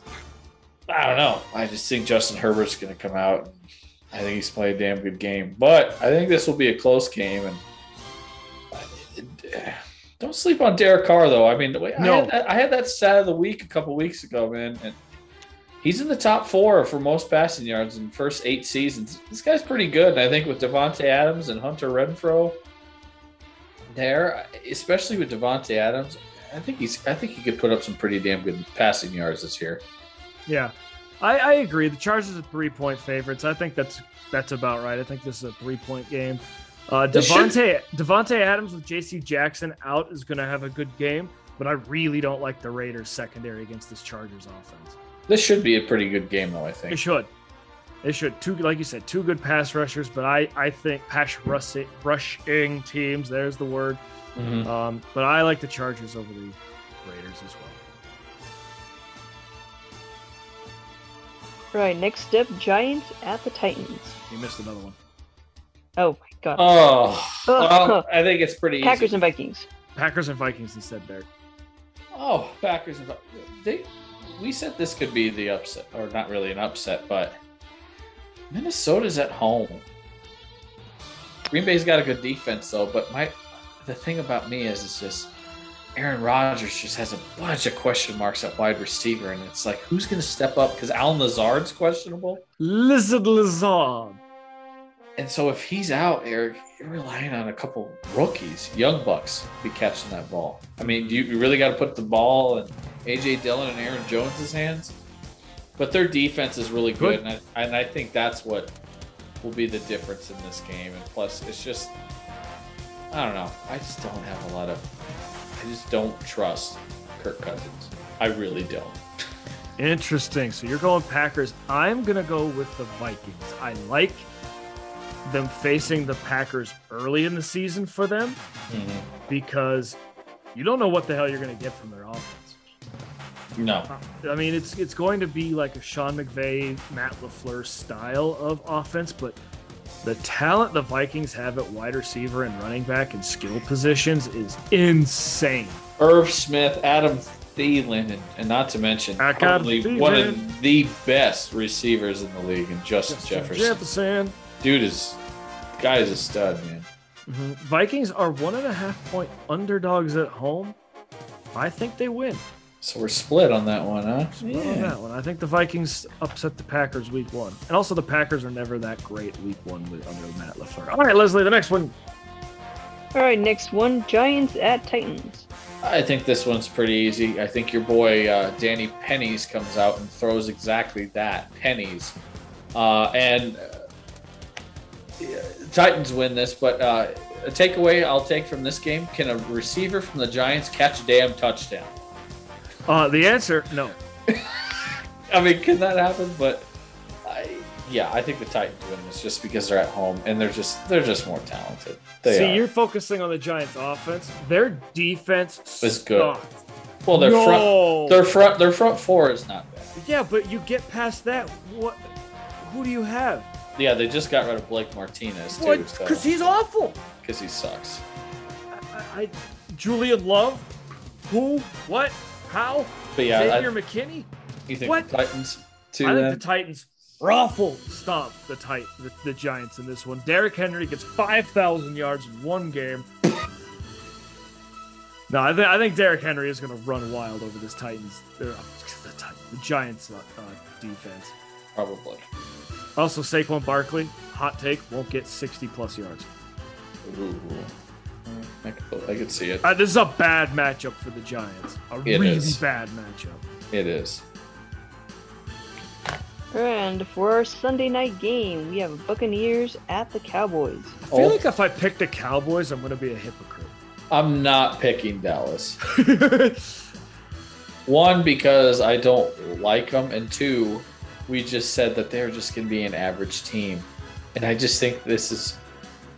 Speaker 2: I don't know. I just think Justin Herbert's going to come out. And I think he's played a damn good game, but I think this will be a close game. And [SIGHS] don't sleep on Derek Carr, though. I mean, the way I,
Speaker 1: No.
Speaker 2: had that, I had that stat of the week a couple weeks ago, man, and he's in the top four for most passing yards in the first eight seasons. This guy's pretty good. And I think with Devonte Adams and Hunter Renfro there, especially with Devonte Adams, I think he's I think he could put up some pretty damn good passing yards this year.
Speaker 1: Yeah, I, I agree. The Chargers are three point favorites. I think that's that's about right. I think this is a three point game. Uh,
Speaker 2: This should-
Speaker 1: Devonte Devonte Adams with J.C. Jackson out is going to have a good game, but I really don't like the Raiders secondary against this Chargers offense.
Speaker 2: This should be a pretty good game, though. I
Speaker 1: It
Speaker 2: think.
Speaker 1: should, it should. Two like you said, two good pass rushers, but I I think pass rush, rushing teams. There's the word.
Speaker 4: Mm.
Speaker 2: Mhm.
Speaker 1: Um, but I like the Chargers over the Raiders as well.
Speaker 3: Right, next step Giants at the Titans.
Speaker 4: You missed another one.
Speaker 3: Oh my god.
Speaker 2: Oh,
Speaker 3: Ugh.
Speaker 2: well, I think it's pretty
Speaker 3: Packers
Speaker 2: easy.
Speaker 3: and Vikings.
Speaker 1: Packers and Vikings instead, Derek.
Speaker 2: Oh, Packers and they. We said this could be the upset, or not really an upset, but Minnesota's at home. Green Bay's got a good defense though, but my the thing about me is it's just Aaron Rodgers just has a bunch of question marks at wide receiver, and it's like who's going to step up because Alan Lazard's questionable.
Speaker 1: Lizard Lazard.
Speaker 2: And so if he's out, Eric, you're relying on a couple rookies, young bucks, to be catching that ball. I mean, you, you really got to put the ball in AJ Dillon and Aaron Jones' hands. But their defense is really good, and I, and I think that's what will be the difference in this game. And plus, it's just I don't know. I just don't have a lot of. I just don't trust Kirk Cousins. I really don't.
Speaker 1: Interesting. So you're going Packers. I'm going to go with the Vikings. I like them facing the Packers early in the season for them because you don't know what the hell you're going to get from their offense.
Speaker 2: No.
Speaker 1: I mean, it's it's going to be like a Sean McVay, Matt Lafleur style of offense, but the talent the Vikings have at wide receiver and running back and skill positions is insane.
Speaker 2: Irv Smith, Adam Thielen, and, and not to mention
Speaker 1: Adam
Speaker 2: probably one
Speaker 1: Thielen.
Speaker 2: of the best receivers in the league, and Justin,
Speaker 1: Justin
Speaker 2: Jefferson.
Speaker 1: Jefferson.
Speaker 2: Dude is guy is a stud, man.
Speaker 1: Mhm. Vikings are one and a half point underdogs at home. I think they win.
Speaker 2: So we're split on that one, huh?
Speaker 1: Split on that one. I think the Vikings upset the Packers week one. And also, the Packers are never that great week one with under Matt LaFleur. All right, Leslie, the next one.
Speaker 3: All right, next one Giants at Titans.
Speaker 2: I think this one's pretty easy. I think your boy uh, Danny Pennies comes out and throws exactly that pennies, uh, and uh, yeah, Titans win this. But uh, a takeaway I'll take from this game: Can a receiver from the Giants catch a damn touchdown?
Speaker 1: Uh, the answer no.
Speaker 2: I mean, can that happen? But I, yeah, I think the Titans win this just because they're at home and they're just they're just more talented. They
Speaker 1: See,
Speaker 2: are.
Speaker 1: you're focusing on the Giants' offense. Their defense
Speaker 2: Was good.
Speaker 1: sucked.
Speaker 2: well, their front
Speaker 1: No.
Speaker 2: their front their front four is not bad.
Speaker 1: yeah, but you get past that. What? Who do you have?
Speaker 2: Yeah, they just got rid of Blake Martinez too,
Speaker 1: Because
Speaker 2: so-
Speaker 1: he's awful.
Speaker 2: because he sucks.
Speaker 1: I, I, Julian Love. Who? What? How?
Speaker 2: But yeah,
Speaker 1: Xavier
Speaker 2: I,
Speaker 1: McKinney.
Speaker 2: you think
Speaker 1: what?
Speaker 2: the Titans too?
Speaker 1: I think
Speaker 2: then?
Speaker 1: the Titans awful stomp the tight the, the Giants in this one. Derrick Henry gets five thousand yards in one game. no, I, th- I think Derrick Henry is going to run wild over this Titans, er, the, Titans the Giants uh, uh, defense.
Speaker 2: Probably.
Speaker 1: Also, Saquon Barkley, hot take, won't get sixty plus yards.
Speaker 2: Ooh. I could, I could see it.
Speaker 1: Uh, this is a bad matchup for the Giants. A
Speaker 2: It
Speaker 1: really
Speaker 2: is.
Speaker 1: bad matchup.
Speaker 2: It is.
Speaker 3: And for our Sunday night game, we have Buccaneers at the Cowboys.
Speaker 1: I feel
Speaker 2: Oh.
Speaker 1: like if I pick the Cowboys, I'm going to be a hypocrite. [LAUGHS]
Speaker 2: I'm not picking Dallas. One because I don't like them, and two, we just said that they're just going to be an average team, and I just think this is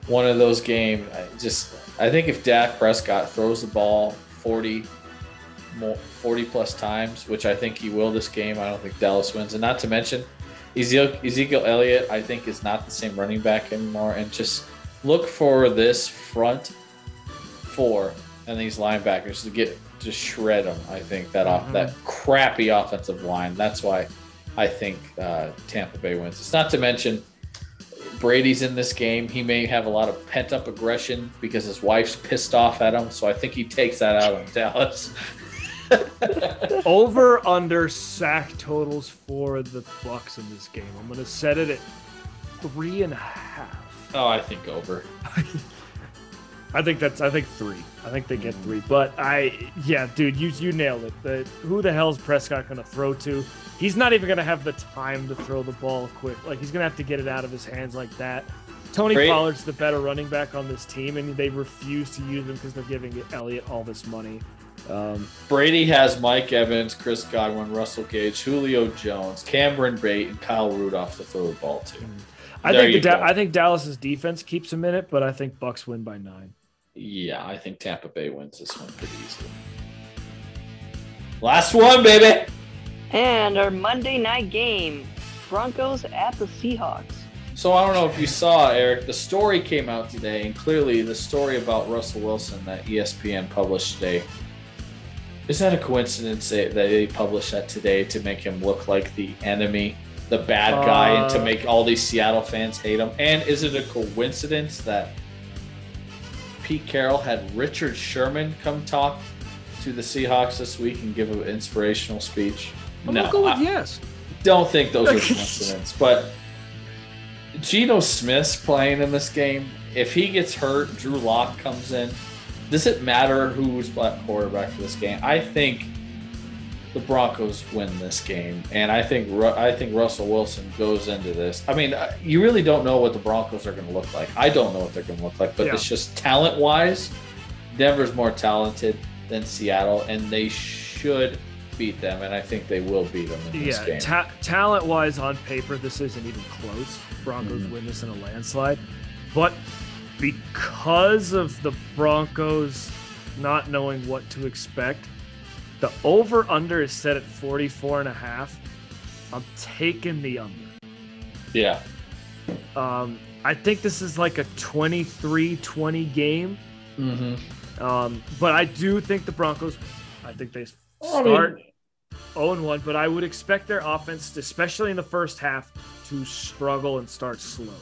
Speaker 2: one of those games. I just I think if Dak Prescott throws the ball 40, more, 40 plus times, which I think he will this game, I don't think Dallas wins, and not to mention Ezekiel, Ezekiel Elliott, I think is not the same running back anymore, and just look for this front four and these linebackers to get to shred them. I think that off that crappy offensive line. That's why I think uh, Tampa Bay wins. It's not to mention Brady's in this game. He may have a lot of pent up aggression because his wife's pissed off at him. So I think he takes that out on [LAUGHS] Dallas.
Speaker 1: Over under sack totals for the Bucks in this game. I'm gonna set it at three and a half.
Speaker 2: oh, I think over.
Speaker 1: I think that's I think three. I think they get three. But I yeah, dude, you you nailed it. The, who the hell's Prescott gonna throw to? He's not even gonna have the time to throw the ball quick. Like he's gonna have to get it out of his hands like that. Tony
Speaker 2: Great.
Speaker 1: Pollard's the better running back on this team, and they refuse to use him because they're giving Elliott all this money. Um,
Speaker 2: Brady has Mike Evans, Chris Godwin, Russell Gage, Julio Jones, Cameron Bate, and Kyle Rudolph to throw the ball to.
Speaker 1: I
Speaker 2: There
Speaker 1: think the
Speaker 2: you
Speaker 1: da-
Speaker 2: go.
Speaker 1: I think Dallas's defense keeps them in it, but I think Bucks win by nine.
Speaker 2: Yeah, I think Tampa Bay wins this one pretty easily. Last one, baby.
Speaker 3: And our Monday night game, Broncos at the Seahawks.
Speaker 2: So I don't know if you saw Eric. The story came out today, and clearly the story about Russell Wilson that E ESPN published today. Is that a coincidence that they published that today to make him look like the enemy, the bad guy, and to
Speaker 1: Uh,
Speaker 2: make all these Seattle fans hate him? And is it a coincidence that Pete Carroll had Richard Sherman come talk to the Seahawks this week and give an inspirational speech?
Speaker 1: I'm gonna go
Speaker 2: I-
Speaker 1: with yes.
Speaker 2: don't
Speaker 1: [LAUGHS]
Speaker 2: think those are coincidence, but Geno Smith's playing in this game. If he gets hurt, Drew Lock comes in. Does it matter who's black quarterback for this game? I think the Broncos win this game, and I think Ru- I think Russell Wilson goes into this. I mean, uh, you really don't know what the Broncos are going to look like. I don't know what they're going to look like, but
Speaker 1: Yeah.
Speaker 2: it's just talent wise, Denver's more talented than Seattle, and they should beat them, and I think they will beat them in this
Speaker 1: Yeah,
Speaker 2: game.
Speaker 1: ta- talent wise on paper, this isn't even close. Broncos win this in a landslide. But because of the Broncos not knowing what to expect, the over under is set at 44 and a half. I'm taking the under.
Speaker 2: yeah.
Speaker 1: Um, I think this is like a 23 20 game.
Speaker 2: Mm-hmm.
Speaker 1: Um, but I do think the Broncos, I think they
Speaker 2: I mean-
Speaker 1: start 0 1, but I would expect their offense, especially in the first half, to struggle and start slow.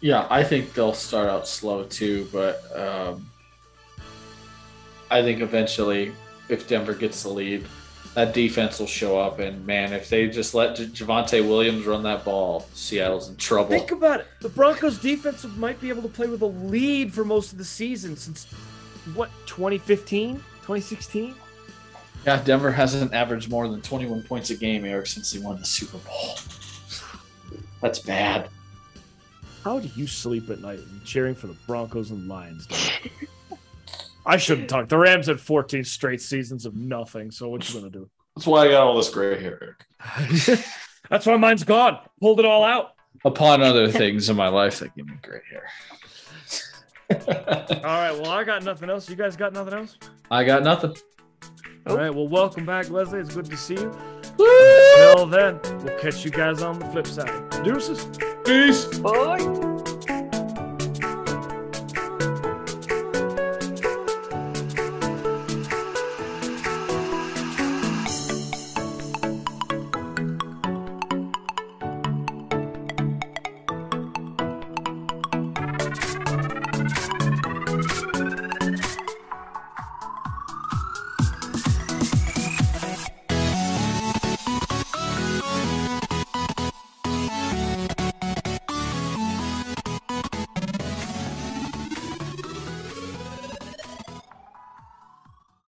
Speaker 2: Yeah, I think they'll start out slow too, but um, I think eventually, if Denver gets the lead, that defense will show up. And man, if they just let J- Javante Williams run that ball, Seattle's in trouble.
Speaker 1: Think about it. The Broncos defense might be able to play with a lead for most of the season since what, 2015, 2016?
Speaker 2: yeah, Denver hasn't averaged more than 21 points a game, Eric, since they won the Super Bowl. [LAUGHS] That's bad.
Speaker 1: How do you sleep at night cheering for the Broncos and Lions? Dave? I shouldn't talk. The Rams had 14 straight seasons of nothing. So what you gonna [LAUGHS] do?
Speaker 2: That's why I got all this gray hair, Eric.
Speaker 1: That's why mine's gone. Pulled it all out.
Speaker 2: Upon other things in my life that give me gray [LAUGHS] hair.
Speaker 1: All right. Well, I got nothing else. You guys got nothing else?
Speaker 2: I got nothing.
Speaker 1: All right. Well, welcome back, Leslie. It's good to see you. Until then, we'll catch you guys on the flip side. Deuces.
Speaker 2: Peace.
Speaker 3: Boy.